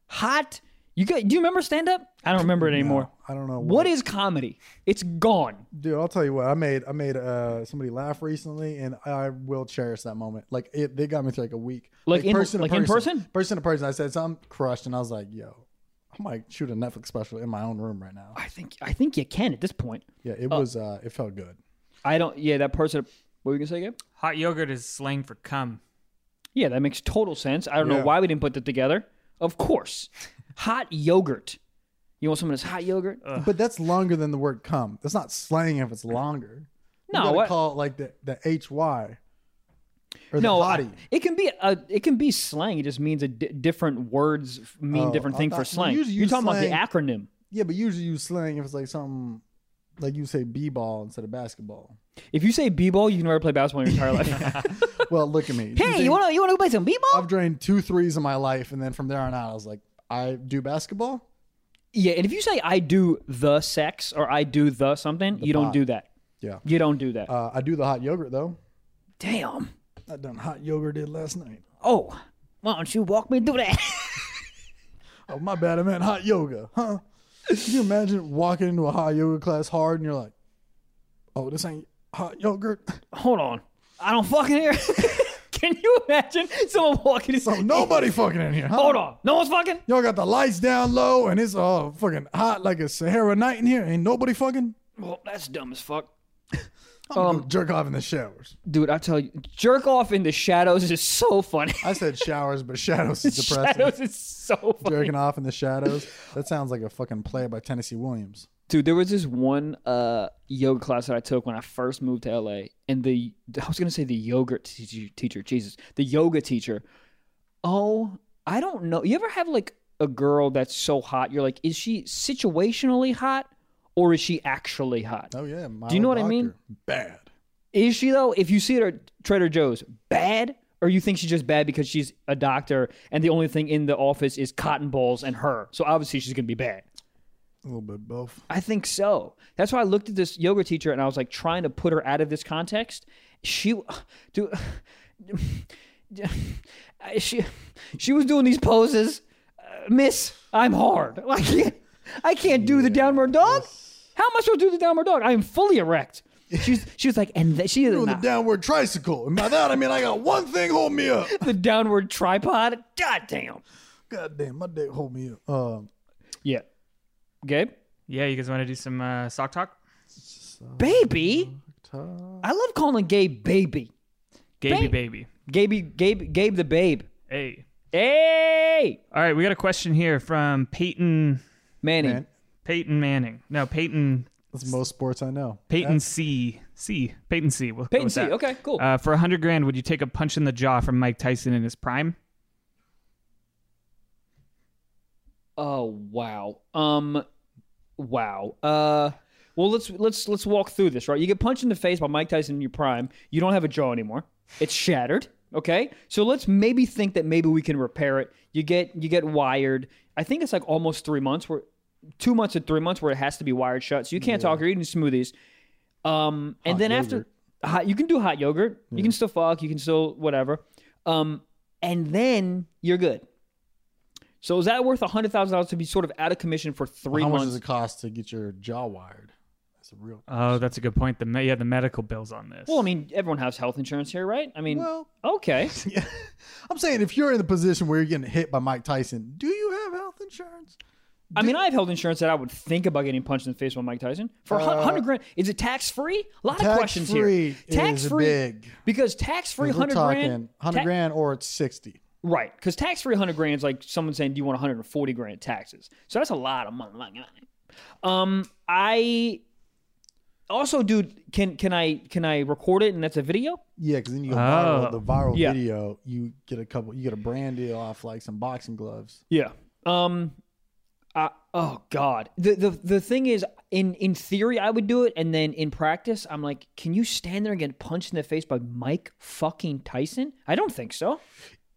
[SPEAKER 2] Hot. You got, do you remember stand up? I don't remember it anymore.
[SPEAKER 1] I don't know
[SPEAKER 2] What is comedy? It's gone.
[SPEAKER 1] dude. I'll tell you what. I made I made uh somebody laugh recently, and I will cherish that moment. Like it, they got me through like a week.
[SPEAKER 2] Like in-
[SPEAKER 1] to
[SPEAKER 2] like in person?
[SPEAKER 1] person to person. I said something crushed, and I was like, yo. I might shoot a Netflix special in my own room right now.
[SPEAKER 2] I think I think you can at this point.
[SPEAKER 1] Yeah, it
[SPEAKER 2] Oh.
[SPEAKER 1] was. uh It felt good.
[SPEAKER 2] I don't. Yeah, that person. What were you gonna say, Gabe?
[SPEAKER 3] Hot yogurt is slang for cum.
[SPEAKER 2] Yeah, that makes total sense. I don't know
[SPEAKER 1] Yeah.
[SPEAKER 2] why we didn't put that together. Of course, hot yogurt. You want someone that's hot yogurt?
[SPEAKER 1] But that's longer than the word "come." That's not slang if it's longer.
[SPEAKER 2] No,
[SPEAKER 1] you gotta
[SPEAKER 2] what-
[SPEAKER 1] call it like the the hy or
[SPEAKER 2] no,
[SPEAKER 1] the hottie.
[SPEAKER 2] it can be a, it can be slang. It just means a di different words f- mean
[SPEAKER 1] Oh,
[SPEAKER 2] different
[SPEAKER 1] I
[SPEAKER 2] thing
[SPEAKER 1] thought-
[SPEAKER 2] for
[SPEAKER 1] we
[SPEAKER 2] slang.
[SPEAKER 1] usually
[SPEAKER 2] You're
[SPEAKER 1] use
[SPEAKER 2] talking
[SPEAKER 1] slang-
[SPEAKER 2] about the acronym.
[SPEAKER 1] Yeah, but usually you slang if it's like something like you say b-ball instead of basketball.
[SPEAKER 2] If you say b-ball, you can never play basketball in your entire life.
[SPEAKER 1] Well, look at me.
[SPEAKER 4] Hey, you wanna you wanna go play some b-ball?
[SPEAKER 1] I've drained two threes in my life, and then from there on out, I was like, I do basketball.
[SPEAKER 2] yeah, and if you say I do the sex or I do the something, you don't
[SPEAKER 1] pot.
[SPEAKER 2] do that.
[SPEAKER 1] Yeah,
[SPEAKER 2] You don't do that.
[SPEAKER 1] uh, I do the hot yogurt though.
[SPEAKER 4] Damn.
[SPEAKER 1] I done hot yogurt did last night.
[SPEAKER 4] Oh, why don't you walk me through that?
[SPEAKER 1] Oh my bad, I meant hot yoga, huh? Can you imagine walking into a hot yoga class hard, and you're like, oh, this ain't hot yogurt.
[SPEAKER 2] Hold on, I don't fucking hear. can you imagine someone walking? in-
[SPEAKER 1] So nobody fucking in here. Huh?
[SPEAKER 2] Hold on. No one's fucking.
[SPEAKER 1] Y'all got the lights down low and it's all fucking hot like a Sahara night in here. Ain't nobody fucking.
[SPEAKER 2] Well, that's dumb as fuck.
[SPEAKER 1] I'm gonna
[SPEAKER 2] Um,
[SPEAKER 1] go jerk off in the showers.
[SPEAKER 2] Dude, I tell you, jerk off in the shadows is so funny.
[SPEAKER 1] I said showers, but shadows is depressing.
[SPEAKER 2] shadows is so funny.
[SPEAKER 1] Jerking off in the shadows. That sounds like a fucking play by Tennessee Williams.
[SPEAKER 2] Dude, there was this one uh, yoga class that I took when I first moved to LA, and the I was gonna say the yogurt teacher, teacher Jesus, the yoga teacher. Oh, I don't know. You ever have like a girl that's so hot? You're like, is she situationally hot, or is she actually hot?
[SPEAKER 1] Oh yeah, Milo
[SPEAKER 2] Do you know what I
[SPEAKER 1] Dr.
[SPEAKER 2] mean?
[SPEAKER 1] Bad.
[SPEAKER 2] Is she though? If you see her at Trader Joe's, bad, or you think she's just bad because she's a doctor and the only thing in the office is cotton balls and her. So obviously she's gonna be bad.
[SPEAKER 1] A little bit both.
[SPEAKER 2] I think so. That's why I looked at this yoga teacher and I was like trying to put her out of this context. She, dude, she, she was doing these poses. Uh, miss, I'm hard. Like I can't do the downward dog. How am I supposed to do the downward dog? I am fully erect. She's she was like, and th- she is
[SPEAKER 1] Doing
[SPEAKER 2] not.
[SPEAKER 1] the downward tricycle, and by that I mean I got one thing holding me up.
[SPEAKER 2] the downward tripod. God damn.
[SPEAKER 1] God damn, my dick hold me up. Um,
[SPEAKER 2] Yeah. Gabe?
[SPEAKER 3] Yeah, you guys want to do some uh, sock talk?
[SPEAKER 2] Baby?
[SPEAKER 1] ta-
[SPEAKER 2] I love calling Gabe baby.
[SPEAKER 3] Gaby baby.
[SPEAKER 2] Gabe Gabe Gabe the babe.
[SPEAKER 3] Hey.
[SPEAKER 2] Hey!
[SPEAKER 3] All right, we got a question here from Peyton
[SPEAKER 2] Manny.
[SPEAKER 1] Man.
[SPEAKER 3] Peyton Manning. No, Peyton
[SPEAKER 1] that's most sports I know.
[SPEAKER 3] Peyton C C Peyton C. We'll go
[SPEAKER 2] Peyton
[SPEAKER 3] with
[SPEAKER 2] C.
[SPEAKER 3] that.
[SPEAKER 2] Okay, cool.
[SPEAKER 3] Uh, for a hundred grand, would you take a punch in the jaw from Mike Tyson in his prime?
[SPEAKER 2] oh wow. Um wow. Uh well let's let's let's walk through this, right? You get punched in the face by Mike Tyson in your prime. You don't have a jaw anymore. It's shattered. Okay? So let's maybe think that maybe we can repair it. You get you get wired. I think it's like almost three months where two months to three months where it has to be wired shut. So you can't talk, you're eating smoothies. Um and
[SPEAKER 1] Hot
[SPEAKER 2] then
[SPEAKER 1] yogurt.
[SPEAKER 2] after hot you can do hot yogurt you can still fuck you can still whatever um and then you're good so is that worth a hundred thousand dollars to be sort of out of commission for three
[SPEAKER 1] How much
[SPEAKER 2] months
[SPEAKER 1] does it cost to get your jaw wired? That's a real.
[SPEAKER 3] Oh, that's a good point. The me- yeah, the medical bills on this.
[SPEAKER 2] well i mean everyone has health insurance here right i mean
[SPEAKER 1] Well,
[SPEAKER 2] okay
[SPEAKER 1] yeah. I'm saying if you're in the position where you're getting hit by Mike Tyson, do you have health insurance?
[SPEAKER 2] i mean i have health insurance that i would think about getting punched in the face by mike tyson for a hun-
[SPEAKER 1] Uh,
[SPEAKER 2] hundred grand is it tax free a lot of questions
[SPEAKER 1] Tax-free
[SPEAKER 2] here
[SPEAKER 1] is big.
[SPEAKER 2] because tax free
[SPEAKER 1] We're
[SPEAKER 2] hundred
[SPEAKER 1] talking
[SPEAKER 2] grand
[SPEAKER 1] 100
[SPEAKER 2] ta-
[SPEAKER 1] grand or it's 60.
[SPEAKER 2] Right, because tax free hundred grand is like someone saying, "Do you want one hundred and forty grand taxes?" So that's a lot of money. Like, Um, I also, dude, can can I can I record it and that's a video?
[SPEAKER 1] Yeah, because then you go
[SPEAKER 3] Oh.
[SPEAKER 1] viral. The viral
[SPEAKER 2] Yeah.
[SPEAKER 1] video, you get a couple, you get a brand deal off like some boxing gloves.
[SPEAKER 2] Yeah. Um, I, oh God, the the the thing is, in in theory, I would do it, and then in practice, I'm like, can you stand there and get punched in the face by Mike fucking Tyson? I don't think so.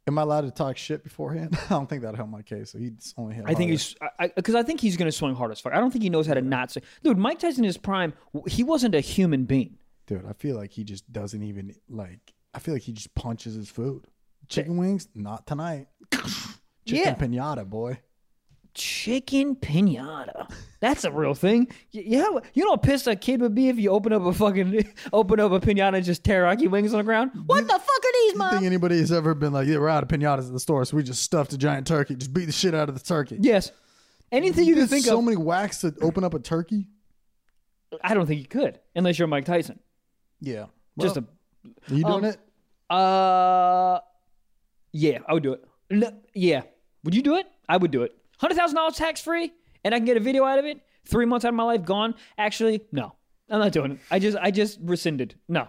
[SPEAKER 1] Am I allowed to talk shit beforehand? I don't think that helped my case. So he's only hit.
[SPEAKER 2] I think
[SPEAKER 1] harder.
[SPEAKER 2] he's because I, think he's going to swing hard as fuck. I don't think he knows how to not swing. Dude, Mike Tyson in his prime, w- he wasn't a human being.
[SPEAKER 1] dude. I feel like he just doesn't even like. I feel like he just punches his food. Chicken wings, not tonight. Chicken
[SPEAKER 2] Yeah.
[SPEAKER 1] pinata, boy.
[SPEAKER 2] Chicken pinata. That's a real thing. Y- Yeah, you know how pissed a kid would be if you open up a fucking open up a pinata and just teriyaki wings on the ground. What the fuck are
[SPEAKER 1] I
[SPEAKER 2] these,
[SPEAKER 1] think
[SPEAKER 2] mom?
[SPEAKER 1] anybody has ever been like, yeah, we're out of pinatas at the store, so we just stuffed a giant turkey, just beat the shit out of the turkey.
[SPEAKER 2] Yes, anything you can
[SPEAKER 1] There's
[SPEAKER 2] think
[SPEAKER 1] so
[SPEAKER 2] of.
[SPEAKER 1] many whacks to open up a turkey.
[SPEAKER 2] I don't think you could unless you're Mike Tyson.
[SPEAKER 1] Yeah,
[SPEAKER 2] Just
[SPEAKER 1] Well, are you doing
[SPEAKER 2] um,
[SPEAKER 1] it?
[SPEAKER 2] a uh, yeah, I would do it. No, yeah, would you do it? I would do it. Hundred thousand dollars tax free, and I can get a video out of it. Three months out of my life gone. Actually, no, I'm not doing it. I just I just rescinded. No.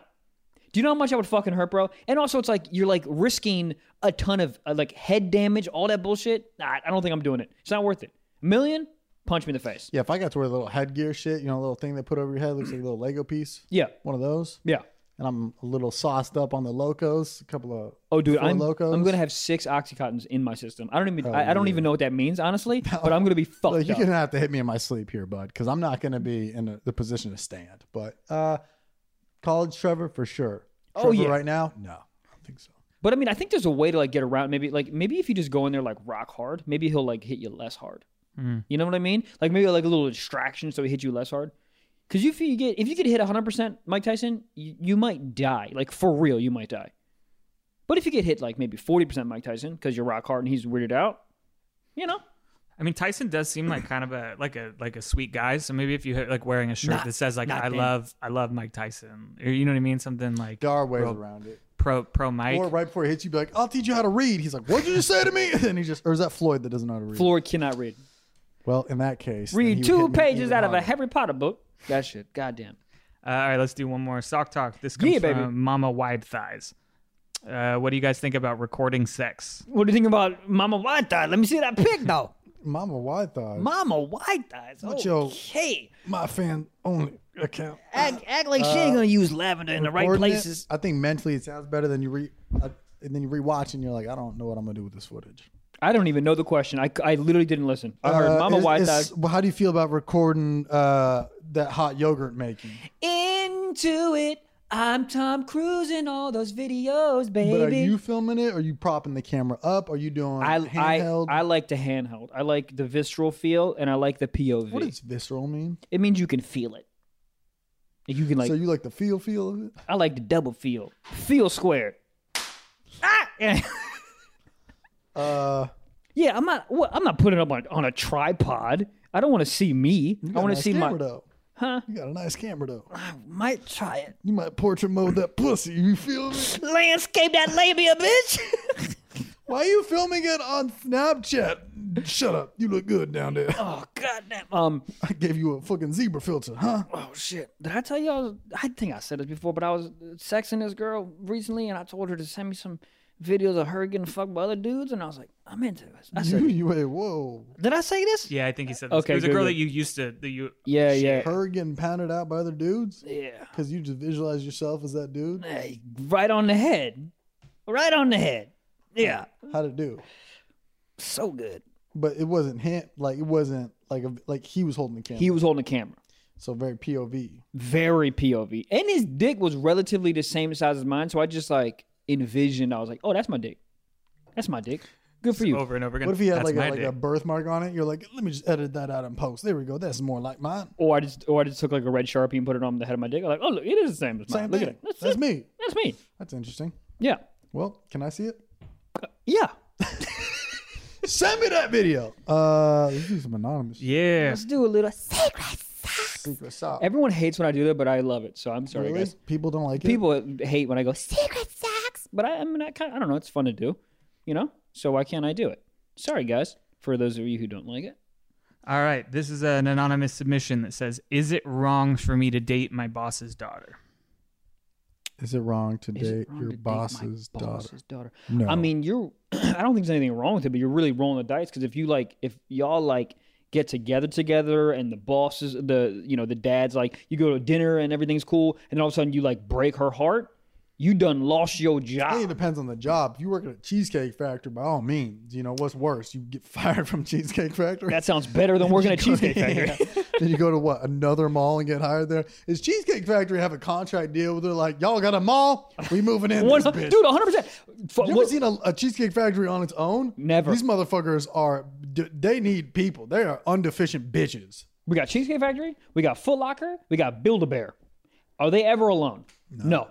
[SPEAKER 2] Do you know how much I would fucking hurt, bro? And also, it's like you're like risking a ton of uh, like head damage, all that bullshit. Nah, I don't think I'm doing it. It's not worth it. A million, punch me in the face.
[SPEAKER 1] Yeah, if I got to wear a little headgear shit, you know, a little thing they put over your head, looks like a little Lego piece.
[SPEAKER 2] Yeah,
[SPEAKER 1] One of those.
[SPEAKER 2] yeah.
[SPEAKER 1] And I'm a little sauced up on the locos, a couple of
[SPEAKER 2] Oh, dude,
[SPEAKER 1] Four
[SPEAKER 2] I'm
[SPEAKER 1] Locos.
[SPEAKER 2] I'm gonna have six oxycontins in my system. I don't even I, I don't even know what that means, honestly. But I'm gonna be fucked
[SPEAKER 1] Look, you're
[SPEAKER 2] up.
[SPEAKER 1] gonna have to hit me in my sleep here, bud, because I'm not gonna be in a, the position to stand. But uh college Trevor for sure. Trevor
[SPEAKER 2] Oh, yeah.
[SPEAKER 1] right now? No, I don't think so.
[SPEAKER 2] But I mean, I think there's a way to like get around. Maybe like maybe if you just go in there like rock hard, maybe he'll like hit you less hard. You know what I mean? Like maybe like a little distraction so he hits you less hard. Because if you get if you get hit 100 percent Mike Tyson, you, you might die. Like for real, you might die. But if you get hit like maybe 40 percent Mike Tyson because you're rock hard and he's weirded out, you know.
[SPEAKER 3] I mean, Tyson does seem like kind of a like a like a sweet guy. So maybe if you hit, like wearing a shirt that says like I love I love Mike Tyson, or you know what I mean, something like
[SPEAKER 1] There are ways
[SPEAKER 3] Bro.
[SPEAKER 1] around it.
[SPEAKER 3] pro pro Mike. Uh,
[SPEAKER 1] Or right before he hits you, be like, "I'll teach you how to read." He's like, "What did you say to me?" And then he just, or is that Floyd that doesn't know how to read?
[SPEAKER 2] Floyd cannot read.
[SPEAKER 1] Well, in that case, then he
[SPEAKER 2] Read
[SPEAKER 1] would
[SPEAKER 2] two
[SPEAKER 1] hit me
[SPEAKER 2] pages
[SPEAKER 1] even
[SPEAKER 2] out of a
[SPEAKER 1] harder.
[SPEAKER 2] Harry Potter book. That shit. Goddamn.
[SPEAKER 3] Uh, all right, let's do one more sock talk. This comes
[SPEAKER 2] Yeah,
[SPEAKER 3] from
[SPEAKER 2] baby.
[SPEAKER 3] Mama Wide Thighs. Uh, what do you guys think about recording sex?
[SPEAKER 2] What do you think about Mama White Thigh? Let me see that pic though.
[SPEAKER 1] Mama Wide Thighs, my,
[SPEAKER 2] Mama White Thighs.
[SPEAKER 1] What's your-
[SPEAKER 2] Okay.
[SPEAKER 1] fan only account.
[SPEAKER 4] Act, act like she ain't gonna use lavender in the right
[SPEAKER 1] Recording it,
[SPEAKER 4] places.
[SPEAKER 1] I think mentally it sounds better than you re, uh, and then you rewatch and you're like, I don't know what I'm gonna do with this footage.
[SPEAKER 2] I don't even know the question. I, I literally didn't listen. I heard
[SPEAKER 1] Uh,
[SPEAKER 2] Mama
[SPEAKER 1] is-
[SPEAKER 2] White
[SPEAKER 1] is-
[SPEAKER 2] Thighs.
[SPEAKER 1] well, how do you feel about recording uh, that hot yogurt making?
[SPEAKER 2] Into it. I'm Tom Cruise in all those videos,
[SPEAKER 1] But are
[SPEAKER 2] baby.
[SPEAKER 1] you filming it? Are you propping the camera up? Are you doing
[SPEAKER 2] I,
[SPEAKER 1] handheld?
[SPEAKER 2] I I like the handheld. I like the visceral feel, and I like the POV.
[SPEAKER 1] what does visceral mean?
[SPEAKER 2] it means you can feel it. Like you can like.
[SPEAKER 1] so you like the feel feel of it?
[SPEAKER 2] I like the double feel. Feel squared. Ah!
[SPEAKER 1] Uh,
[SPEAKER 2] yeah, I'm not. What, I'm not putting it up on, on a tripod. I don't want to see
[SPEAKER 1] you
[SPEAKER 2] me. I
[SPEAKER 1] got a
[SPEAKER 2] want to
[SPEAKER 1] nice
[SPEAKER 2] see
[SPEAKER 1] camera
[SPEAKER 2] my.
[SPEAKER 1] though.
[SPEAKER 2] Huh?
[SPEAKER 1] You got a nice camera though.
[SPEAKER 4] Might try it.
[SPEAKER 1] You might portrait mode that pussy. You feel me?
[SPEAKER 4] Landscape that labia, bitch.
[SPEAKER 1] Why are you filming it on Snapchat? Shut up. You look good down there.
[SPEAKER 4] oh goddamn.
[SPEAKER 2] Um.
[SPEAKER 1] I gave you a fucking zebra filter, huh?
[SPEAKER 4] Oh shit.
[SPEAKER 2] Did I tell you I was? I think I said this before, but I was sexing this girl recently, and I told her to send me some videos of her getting fucked by other dudes, and I was like, I'm into this. I
[SPEAKER 1] You,
[SPEAKER 2] said,
[SPEAKER 1] you wait, whoa.
[SPEAKER 2] Did I say this?
[SPEAKER 3] Yeah, I think he said this.
[SPEAKER 2] Okay,
[SPEAKER 3] it was a
[SPEAKER 2] good,
[SPEAKER 3] girl
[SPEAKER 2] good.
[SPEAKER 3] that you used to that you.
[SPEAKER 2] Yeah, yeah,
[SPEAKER 1] Her getting pounded out by other dudes?
[SPEAKER 2] yeah.
[SPEAKER 1] Because you just visualize yourself as that dude?
[SPEAKER 2] Hey, right on the head, right on the head.
[SPEAKER 4] Yeah.
[SPEAKER 1] How'd it do?
[SPEAKER 4] So good.
[SPEAKER 1] But it wasn't him. Like, it wasn't like, a, like he was holding the camera.
[SPEAKER 2] He was holding the camera.
[SPEAKER 1] So very POV.
[SPEAKER 2] very POV. And his dick was relatively the same size as mine, so I just like envisioned. I was like, "Oh, that's my dick. That's my dick. Good for you."
[SPEAKER 3] Over and over again.
[SPEAKER 1] What if he had
[SPEAKER 3] That's
[SPEAKER 1] like a,
[SPEAKER 3] my
[SPEAKER 1] like
[SPEAKER 3] dick.
[SPEAKER 1] a birthmark on it? You're like, let me just edit that out and post. There we go. That's more like mine.
[SPEAKER 2] Or I just, or I just took like a red sharpie and put it on the head of my dick. I'm like, "Oh, look, it is the same as mine.
[SPEAKER 1] Same
[SPEAKER 2] look
[SPEAKER 1] thing.
[SPEAKER 2] at it. That's,
[SPEAKER 1] That's
[SPEAKER 2] that's,
[SPEAKER 1] me.
[SPEAKER 2] that's me.
[SPEAKER 1] That's interesting.
[SPEAKER 2] Yeah,
[SPEAKER 1] Well, can I see it?
[SPEAKER 2] yeah.
[SPEAKER 1] Send me that video. Uh, let's do some anonymous
[SPEAKER 3] Yeah.
[SPEAKER 2] Let's do a little.
[SPEAKER 1] secret sock.
[SPEAKER 2] Everyone hates when I do that, but I love it. So I'm sorry,
[SPEAKER 1] Really?
[SPEAKER 2] guys.
[SPEAKER 1] People don't like it.
[SPEAKER 2] People hate when I go secret socks, but I, I mean, I kind of, I don't know. It's fun to do, you know. So why can't I do it? Sorry, guys. For those of you who don't like it,
[SPEAKER 3] All right. This is an anonymous submission that says, "Is it wrong for me to date my boss's daughter?"
[SPEAKER 1] Is it wrong to
[SPEAKER 2] Is it
[SPEAKER 1] date
[SPEAKER 2] wrong
[SPEAKER 1] your
[SPEAKER 2] to date my
[SPEAKER 1] boss's daughter?
[SPEAKER 2] boss's daughter.
[SPEAKER 1] No.
[SPEAKER 2] I mean, you're. I don't think there's anything wrong with it, but you're really rolling the dice because if you like, if y'all like get together together and the boss is the you know the dad's like you go to dinner and everything's cool and all of a sudden you like break her heart, you done lost your
[SPEAKER 1] I think it
[SPEAKER 2] job.
[SPEAKER 1] depends on the job. If you work at a cheesecake factory, by all means, you know what's worse? You get fired from Cheesecake Factory.
[SPEAKER 2] That sounds better than working at Cheesecake Factory.
[SPEAKER 1] Yeah. then you go to what another mall and get hired there. Is Cheesecake Factory have a contract deal where they're like, y'all got a mall, we moving in
[SPEAKER 2] One,
[SPEAKER 1] this bitch.
[SPEAKER 2] dude, 100. percent
[SPEAKER 1] you ever seen a, a Cheesecake Factory on its own?
[SPEAKER 2] Never.
[SPEAKER 1] These motherfuckers are d- they need people. They are undeficient bitches.
[SPEAKER 2] We got Cheesecake Factory, we got Foot Locker, we got Build a Bear. Are they ever alone? No.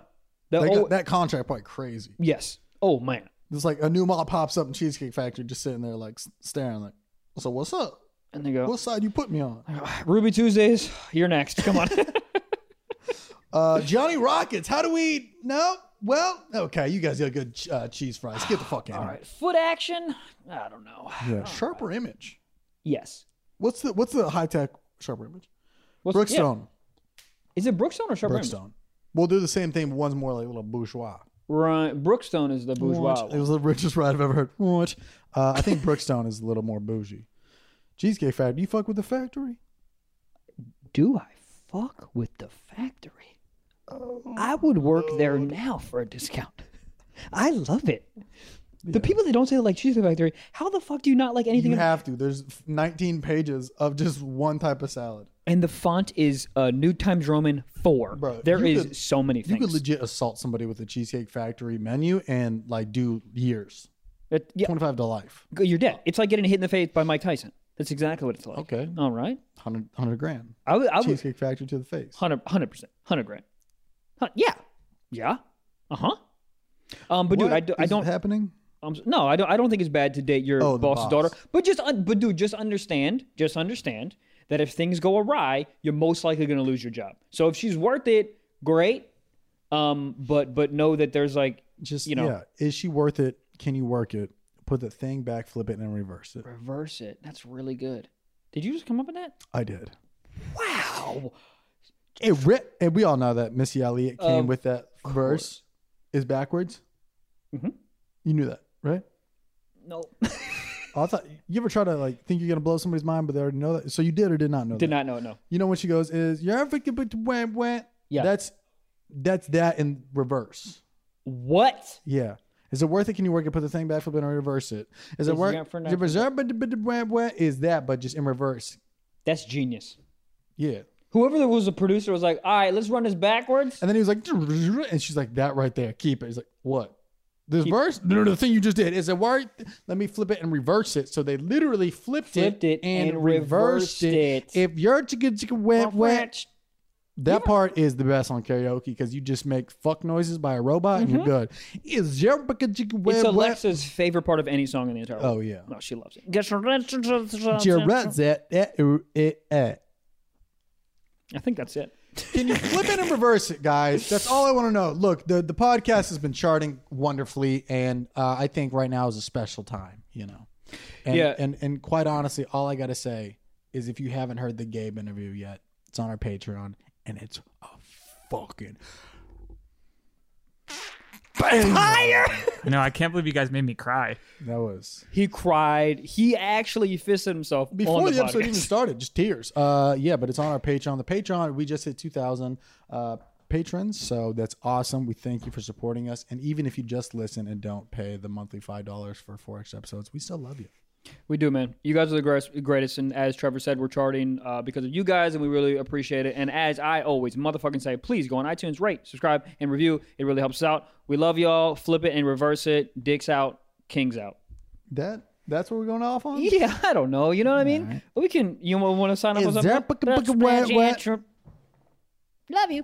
[SPEAKER 2] They're
[SPEAKER 1] They
[SPEAKER 2] al-
[SPEAKER 1] got that contract probably crazy.
[SPEAKER 2] yes. Oh man.
[SPEAKER 1] It's like a new mall pops up in Cheesecake Factory, just sitting there like s- staring, like, so what's up?
[SPEAKER 2] And they go.
[SPEAKER 1] What side you put me on?
[SPEAKER 2] Ruby Tuesdays, you're next. Come on.
[SPEAKER 1] Uh, Johnny Rockets. How do we? No. Well, okay. You guys got good ch- uh, cheese fries. Get the fuck out.
[SPEAKER 2] All right. Foot action? I don't know.
[SPEAKER 1] Yeah. Oh, Sharper image.
[SPEAKER 2] Yes.
[SPEAKER 1] What's the what's the high tech sharper image?
[SPEAKER 2] What's, yeah.
[SPEAKER 1] Brookstone.
[SPEAKER 2] Is it Brookstone or Sharp Brookstone.
[SPEAKER 1] Brookstone. We'll do the same thing. But one's more like a little bourgeois.
[SPEAKER 2] Right. Brookstone is the bourgeois.
[SPEAKER 1] It
[SPEAKER 2] one.
[SPEAKER 1] was the richest ride I've ever heard. What? Uh, I think Brookstone is a little more bougie. Cheesecake Factory. You fuck with the factory?
[SPEAKER 2] Do I fuck with the factory? I would work there now for a discount. I love it. The people that don't say they like Cheesecake Factory, how the fuck do you not like anything?
[SPEAKER 1] You
[SPEAKER 2] ab-
[SPEAKER 1] have to. There's 19 pages of just one type of salad.
[SPEAKER 2] and the font is uh, New Times Roman 4.
[SPEAKER 1] Bro,
[SPEAKER 2] there
[SPEAKER 1] you
[SPEAKER 2] is
[SPEAKER 1] could-
[SPEAKER 2] so many
[SPEAKER 1] You
[SPEAKER 2] things.
[SPEAKER 1] could legit assault somebody with a Cheesecake Factory menu and like do years,
[SPEAKER 2] It- yeah,
[SPEAKER 1] 25 to life.
[SPEAKER 2] you're dead. It's like getting hit in the face by Mike Tyson. That's exactly what it's like.
[SPEAKER 1] Okay.
[SPEAKER 2] All right.
[SPEAKER 1] 100, 100 grand.
[SPEAKER 2] I would, I would,
[SPEAKER 1] Cheesecake Factory to the face.
[SPEAKER 2] Hundred, hundred percent, hundred grand. Hun- yeah, yeah, uh huh. Um, but dude, I,
[SPEAKER 1] What
[SPEAKER 2] do, I
[SPEAKER 1] is
[SPEAKER 2] don't.
[SPEAKER 1] happening.
[SPEAKER 2] um, no, I don't. I don't think it's bad to date your
[SPEAKER 1] Oh, the
[SPEAKER 2] boss's
[SPEAKER 1] boss.
[SPEAKER 2] daughter. But just, un, but dude, just understand, just understand that if things go awry, you're most likely going to lose your job. So if she's worth it, great. Um, but but know that there's like
[SPEAKER 1] Just
[SPEAKER 2] you know-
[SPEAKER 1] yeah. Is she worth it? Can you work it? Put the thing back, flip it, and then reverse it.
[SPEAKER 2] reverse it. That's really good. Did you just come up with that?
[SPEAKER 1] I did.
[SPEAKER 2] Wow.
[SPEAKER 1] It ri- and we all know that Missy Elliott came
[SPEAKER 2] Of
[SPEAKER 1] with that verse is backwards.
[SPEAKER 2] Mhm.
[SPEAKER 1] You knew that, right? Oh,
[SPEAKER 2] No,
[SPEAKER 1] I thought you ever try to like think you're gonna blow somebody's mind, but they already know that. So you did or did not know?
[SPEAKER 2] did
[SPEAKER 1] that?
[SPEAKER 2] not know. No.
[SPEAKER 1] You know when she goes is you're African but went went.
[SPEAKER 2] Yeah.
[SPEAKER 1] That's that's that in reverse.
[SPEAKER 2] What?
[SPEAKER 1] Yeah. Is it worth it? Can you work it? Put the thing back, flip it, and reverse it. Is it
[SPEAKER 2] Is
[SPEAKER 1] worth
[SPEAKER 2] that for
[SPEAKER 1] is it? reserved, but- but- but- but- Is that, but just in reverse?
[SPEAKER 2] That's genius.
[SPEAKER 1] Yeah.
[SPEAKER 2] Whoever was the producer was like, all right, let's run this backwards.
[SPEAKER 1] And then he was like, and she's like, that right there, keep it. He's like, what? This verse? No, no, no, the thing you just did. Is it worth? Let me flip it and reverse it. So they literally flipped,
[SPEAKER 2] Flipped it and reversed it.
[SPEAKER 1] If you're chicka chicka wet wet, that part is the best on karaoke because you just make fuck noises by a robot and you're good. Is your chicka chicka
[SPEAKER 2] Mm-hmm.
[SPEAKER 1] wet
[SPEAKER 2] It's
[SPEAKER 1] wet?
[SPEAKER 2] Alexa's favorite part of any song in the entire world.
[SPEAKER 1] Oh yeah.
[SPEAKER 2] no, she loves it.
[SPEAKER 4] Get your
[SPEAKER 1] Gerard's at- at- at- at.
[SPEAKER 2] I think that's it.
[SPEAKER 1] Can you flip it and reverse it, guys? That's all I want to know. Look, the, the podcast has been charting wonderfully, and uh, I think right now is a special time, you know. And,
[SPEAKER 2] Yeah.
[SPEAKER 1] And and quite honestly, all I gotta say is if you haven't heard the Gabe interview yet, it's on our Patreon, and it's a fucking banger.
[SPEAKER 3] No, I can't believe you guys made me cry.
[SPEAKER 1] That was
[SPEAKER 2] He cried. He actually fisted himself on
[SPEAKER 1] before
[SPEAKER 2] the,
[SPEAKER 1] the, episode
[SPEAKER 2] podcast.
[SPEAKER 1] even started, just tears. Uh, yeah, but it's on our Patreon. The Patreon, we just hit 2,000 uh, patrons, so that's awesome. We thank you for supporting us. And even if you just listen and don't pay the monthly $5 for four extra episodes, we still love you.
[SPEAKER 2] We do, man. You guys are the greatest, greatest, and as Trevor said, we're charting uh, because of you guys, and we really appreciate it. And as I always motherfucking say, please go on iTunes, rate, subscribe, and review. It really helps us out. We love y'all. Flip it and reverse it. Dicks out, kings out.
[SPEAKER 1] That that's what we're going off on.
[SPEAKER 2] Yeah, I don't know. You know what I mean? We can. You want to sign up
[SPEAKER 1] Is
[SPEAKER 2] on
[SPEAKER 1] there
[SPEAKER 2] something?
[SPEAKER 1] a- a- a- a-
[SPEAKER 2] Love you.